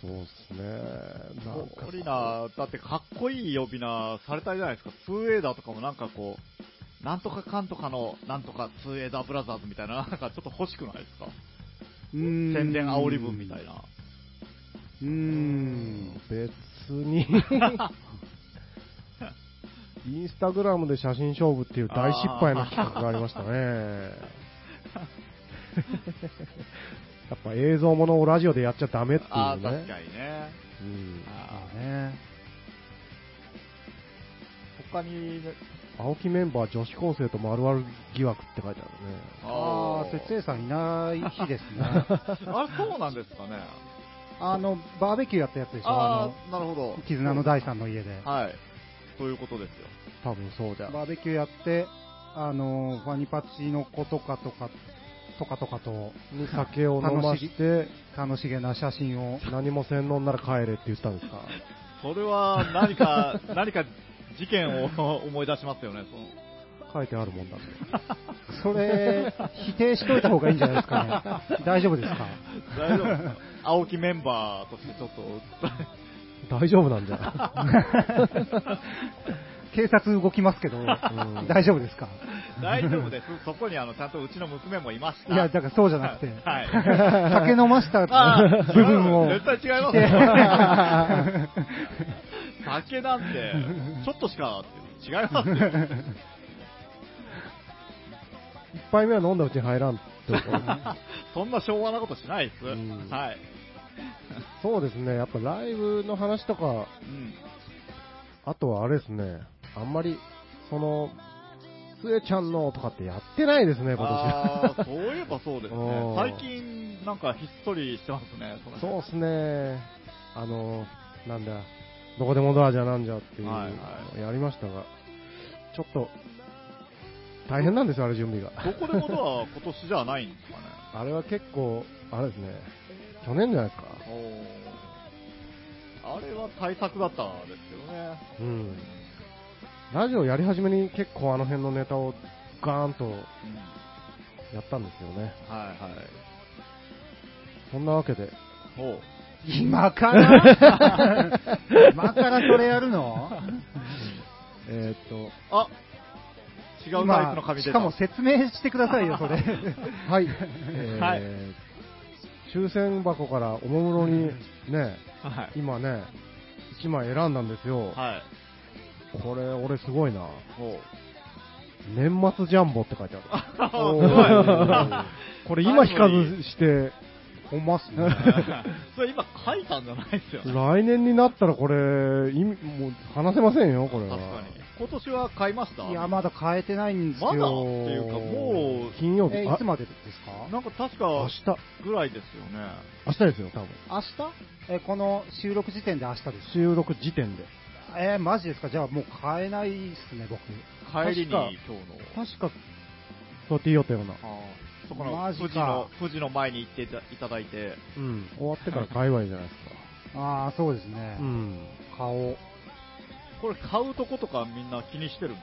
B: そうですね。なんか
A: オリナ、だってかっこいい呼び名されたじゃないですか。2A だとかもなんかこう、なんとかかんとかの、なんとか 2A だブラザーズみたいな、なんかちょっと欲しくないですか
C: うん
A: 宣伝煽り文みたい。な。
C: う
B: うん
C: ん。
B: 別
A: *laughs*
B: に。インスタグラムで写真勝負っていう大失敗の企画がありましたね。
A: *laughs*
B: やっぱ映像ものをラジオでやっちゃダメっていうね。
A: あー、確かにね。
B: うん
A: あ
C: あね。
A: ー他にね、
B: 青木メンバー女子高生と丸々疑惑って書いてあるね。
C: ああ、節
A: ー
C: 制さんいない日です *laughs* ね。
A: あれそうなんですかね。
C: あの、バーベキューやったやつでしょ、あ
A: あー、なるほど
C: の、。絆の第三の家で。
A: はい。ということですよ。
B: 多分そうじゃ。
C: バーベキューやって、あの、ファニパチの子とかとか、とかとかと、
B: に酒を飲まして、
C: 楽しげな写真を。
B: 何も洗脳なら帰れって言ったんで
A: *laughs*
B: すか。
A: それは何か、何か事件を *laughs* 思い出しますよね。その
B: 書いてあるもんだね。
A: *laughs*
C: それ、否定しといた方がいいんじゃないですかね。大丈夫ですか
A: 大丈夫ですか青木メンバーとしてちょっと、
B: 大丈夫なんじゃ。
C: 警察動きますけど、
B: ん
C: 大丈夫ですか
A: *laughs* 大丈夫です。そこにあの、ちゃんとうちの娘もいました。
C: いや、だからそうじゃなくて、
A: はい。
C: 酒飲ました
A: あー
C: 部分を。
A: 絶対違います
C: して
A: よ。
C: *laughs*
A: 酒なんて、ちょっとしか、違いますよ。
C: *laughs*
A: *laughs*
B: 一杯目は飲んだうちに入らんってことね
A: そんな昭和なことしないです。
B: うん
A: はい。
B: そうですね、やっぱライブの話とか、
A: うん。
B: あとはあれですね、あんまり、その、つえちゃんのとかってやってないですね、今
A: あ
B: 年
A: あ、
B: は。
A: そういえば
C: *laughs*
A: そうです
B: う
A: ね
B: ん。
A: 最近、なんかひっそりしてますね。 *laughs* その
B: そうですね、あの、なんだ、どこでもドアじゃなんじゃっていうの
A: はいは
B: をやりましたが、ちょっと、大変なんですよ、あれ準備が。
A: *laughs* どこでもドアは今年じゃないんですかね。
B: あれは結構、あれですね、去年じゃないですか。
A: おーあれは対策だったんですけどね。
B: うん。ラジオやり始めに結構あの辺のネタをガーンと
A: うん
B: やったんですよね。
A: はいはい。
B: そんなわけで、
A: おう
C: 今から今からそれやるの
B: えーっと、
A: あ違うタイプの紙
C: 今
A: 出。
C: したかも説明してくださいよ、それ。
A: *laughs*
B: はい、えー
A: はい
B: 抽選箱からおもむろにね、
A: はい。
B: 今ね、1枚選んだんですよ。
A: はい。
B: これ、俺すごいな。
A: おう
B: 年末ジャンボって書いてある。
A: *laughs* あ
B: お
A: ー
B: ー
A: す
B: これ今引かずして、
C: ほんまっす
A: *laughs*
C: ね。
A: ごい。それ今書いたんじゃないですよね。
B: 来年になったらこれ、意味もう話せませんよ、これは。
A: 確かに。今年は買いました
C: いや、まだ変えてないんですよ。
A: まだっていうか、も
B: 金曜日、
C: え、
B: あ
C: いつまでです
A: う、
C: か
A: なんか確
B: 明
A: か
B: 日、
A: ぐらいですよね。
B: 明日ですよ、多分。
C: 明日え、この収録時点で明日です。
B: 収録時点で。
C: えー、マジですかじゃあもう変えないですね、僕。
A: 帰りに
B: 確
A: 今
B: か
A: 日の。
B: 確か、そうって言おうたような。
A: あーそこの
C: マジか
A: 富士の、富士の前に行っていたいただいて、
B: うん。終わってから界隈じゃないです
C: ああ、そうですね。
B: か。うん。
C: 顔。
A: これ買うとことかみんな気にしてるんで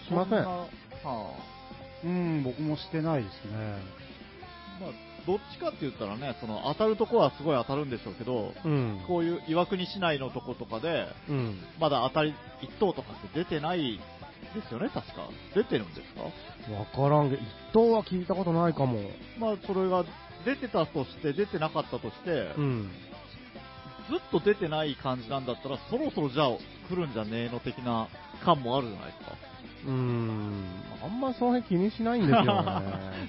A: すかこ
B: しません。
A: れ。はあ
C: うん、僕もしてないですね。
A: まあ、どっちかって言ったらね、その当たるとこはすごい当たるんでしょうけど、
B: うん。
A: こういう岩国市内のとことかで、
B: うん。
A: まだ当たり一等とかって出てないですよね、確か。出てるんですか
B: わからんけど、一等は聞いたことないかも。
A: まあ、それが出てたとして、出てなかったとして、
B: うん。
A: ずっと出てない感じなんだったら、そろそろじゃあ来るんじゃねえの的な感もあるじゃないですか。。
B: うーん。あんまその辺気にしないんですよね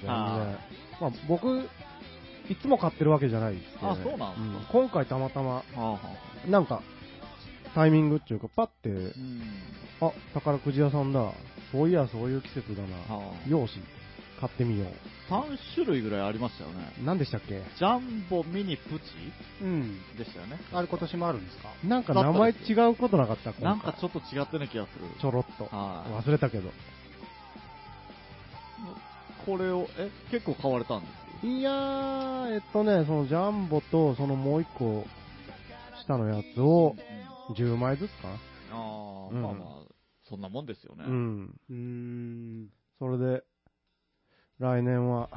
A: *laughs*
B: 全然。
A: は
B: まあ僕、いつも買ってるわけじゃないですけど、ね。
A: あそうなんです
B: うん今回たまたま、
A: はあはあ、
B: なんか、タイミングっていうか、パって
A: う、ん。
B: あ、宝くじ屋さんだ。そういや、そういう季節だな。
A: は
B: よし、買ってみよ
A: あ、3種類ぐらいありましたよね。
B: う。何でしたっけ
A: ジャンボ、ミニ、プ
C: うん。
A: チでしたよね。
C: あれ今年もあるんですか
B: なんか名前違うことなかった
A: なんかち
B: ょ
A: ょっと違ったような気がする。
B: ちょろっと。
A: はい
B: 忘れたけど。
A: これを、え、結構買われたんです
B: いやー、えっとね、そのジャンボと、そのもう一個、下のやつを、10枚ずつか
A: ああ、
B: うん
A: まあまあ、そんなもんですよね。
B: な。うん。
C: うーん。
B: それで、来年は、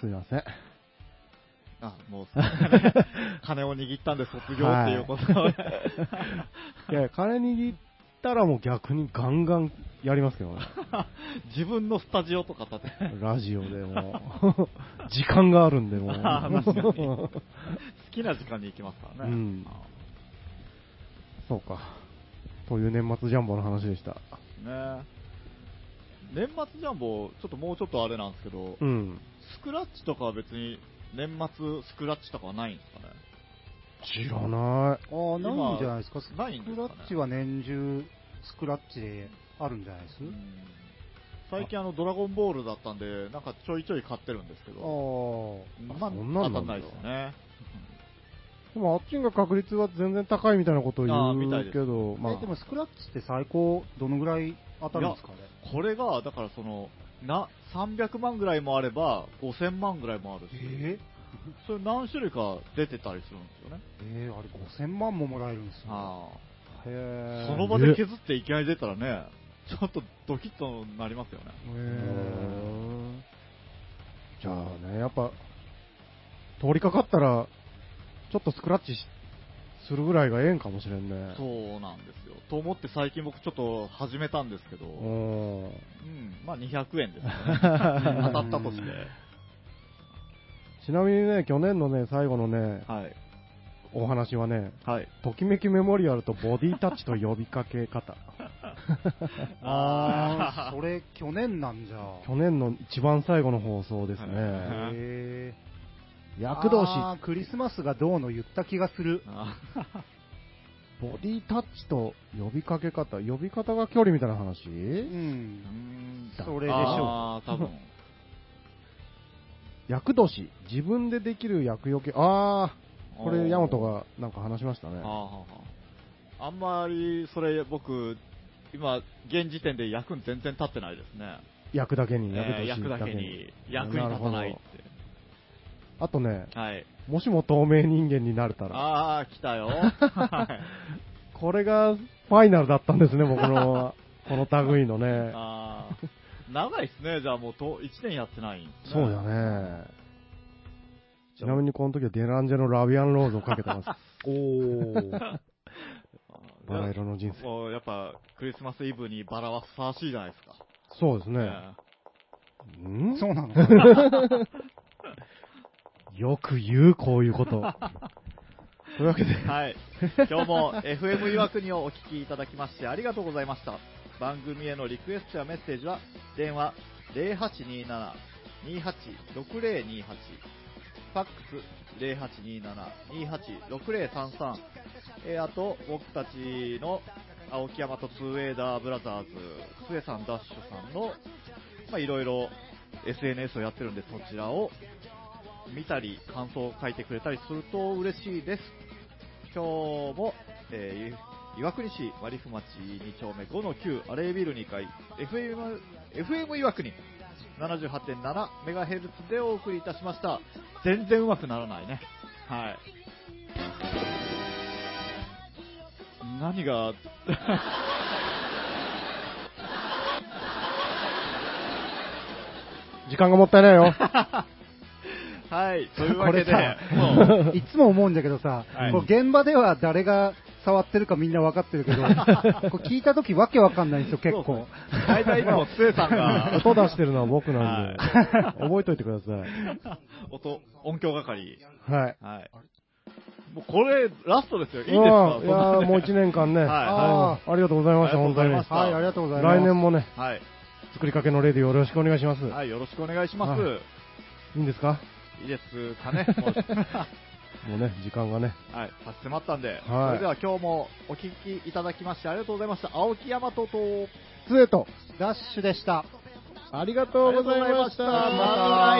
B: すいま
A: *laughs*
B: せん。
A: あ、もう、 *laughs* 金を握ったんで卒業っていうこと、
B: いや、金握ったらもう逆にガンガンやりますけどね。
A: *laughs* *laughs* 自分のスタジオとか建て、
B: ラジオでも。 *laughs* 時間があるんで、
A: *laughs*
B: も
A: あー確かに
B: う。
A: 好きな時間に行きますからね。
B: うん
A: あ
B: *laughs* そうか。という年末ジャンボの話でした。
A: ーね年末ジャンボ、ちょっともうちょっとあれなんですけど、
B: うん。
A: スクラッチとかは別に、年末スクラッチとかはないんですかね。
B: 知らな
C: ああ、
A: 今
C: ないんじゃないですかスク
A: ないんですか
C: ラ
A: ね
C: ッチは年中、スクラッチであるんじゃないです
A: うん最近あの、ドラゴンボールだったんで、なんかちょいちょい買ってるんですけ
C: あ
A: ど、
C: ー
A: まあ、
B: そんな
A: 当
B: んな
A: た
B: ん
A: ん
B: だ
A: ないですよね。
B: い。でもあっちが確率は全然高いみたいなことを
A: あー
B: 言
A: みたいです
B: うけど、まあ
C: え、でもスクラッチって最高、どのぐらい当たるんですかね
A: これが、だからその、な、300万ぐらいもあれば、5000万ぐらいもあるし、
C: え
A: それ何種類か出てたりするんですよね。
C: ー、えー、あれ5000万ももらえるんですよ。
A: ああ
C: へえ。
A: その場で削っていきなり出たらね、ちょっとドキッとなりますよね。
C: へ
B: うー
C: ー
B: んじゃあね、やっぱ、通りかかったら、ちょっとスクラッチしするぐらいがええんかもしれんね。
A: そうなんですよ。と思って最近僕ちょっと始めたんですけど、
B: う。
A: うんん、まあ200円です *laughs* よね。当たったとして。
B: ちなみにね、去年のね、最後のね、
A: はい。
B: お話はね、
A: はい。
B: ときめきメモリアルとボディタッチと呼びかけ方。
C: あ *laughs* あ、それ去年なんじゃ。
B: 去年の一番最後の放送ですね。
C: *laughs*
A: はい
C: へえ。
B: 躍動し、
C: あークリスマスがどうの言った気がする。
A: あ
B: ボディタッチと呼びかけ方。呼び方が距離みたいな話
C: うん
A: *laughs* ーう。ん
C: それでしょ
A: あー多分。
B: 役年、自分でできる役よけ、あー、これ、ヤマトがなんか話しましたね
A: あ。ああんまりそれ僕今現時点で役に全然立ってないですね
B: 役だけに、
A: えー役
B: 役年
A: だ
B: だ
A: け
B: けに。
A: に役に立たないっ
B: あとね、
A: てはい
B: もしも透明人間になれたら、
A: ああ来
B: *laughs*
A: たよはい
B: これがファイナルだったんですね、僕
A: *laughs*
B: の、この類のね。
A: あ
B: *laughs*
A: ー長いですねじゃあもうと1年やってないんです
B: そうだね。ちなみにこの時はデランジェのラビアンローズをかけ
A: *laughs*
B: てます。おー。
A: あー
B: バラ色の人生。
A: もうやっぱクリスマスイブにバラはふさわしいじゃないですか、
B: そうですね。
A: え
B: ん
C: そうなのかな
B: よく言う、こうい
A: *laughs*
B: うこと。というわけで
A: え、はい今日も FM 岩国をお聞きいただきましてありがとうございました番組へのリクエストやメッセージは電話0827-286028ファックス0827-286033えーあと僕たちの青木山とツーウェイダーブラザーズ、つえさん、ダッシュさんの、まあ、いろいろ SNS をやってるんで、そちらを見たり、感想を書いてくれたりすると嬉しいです。今日も、えー、岩国市割符町2丁目5の9アレイビル2階 FM, FM 岩国 78.7MHz でお送りいたしました全然うまくならないねはい何が *laughs*
B: 時間がもったいな
A: *laughs*
B: いよ。
A: はいというわけで
C: これ
A: もう
C: いつも思うんだけどさ、
A: はい
C: こう現場では誰が触ってるかみんな分かってるけど、こう聞いたときわけわかんないんですよ、結
A: そうそ
C: 構
A: う。大体いつもつえさんが
B: 音出してるのは僕なんで、覚えといてください。
A: 音音響係
B: はい。
A: はいもうこれラストですよいいです
B: う
A: か
B: わ
A: そ
B: い
A: んな
B: や
A: ね
B: ーもう1年間ね、
A: はい
B: あーありがとうございました、
A: ありがとうご
B: 本当
A: ざい
B: に。
A: ました
C: はい、ありがとうございます。
B: 来年もね、
A: はい
B: 作りかけのレディをよろしくお願いします。
A: はい、よろしくお願いします。、
B: はいいいんですか
A: いですか
B: *laughs*
A: ね。もう *laughs*
B: もうね、時間がね。
A: はい、差し迫ったんで、
B: はい
A: それでは今日もお聞きいただきましてありがとうございました。青木大和と、
B: つえと、
C: ダッシュでした。
B: ありがとうございました。また来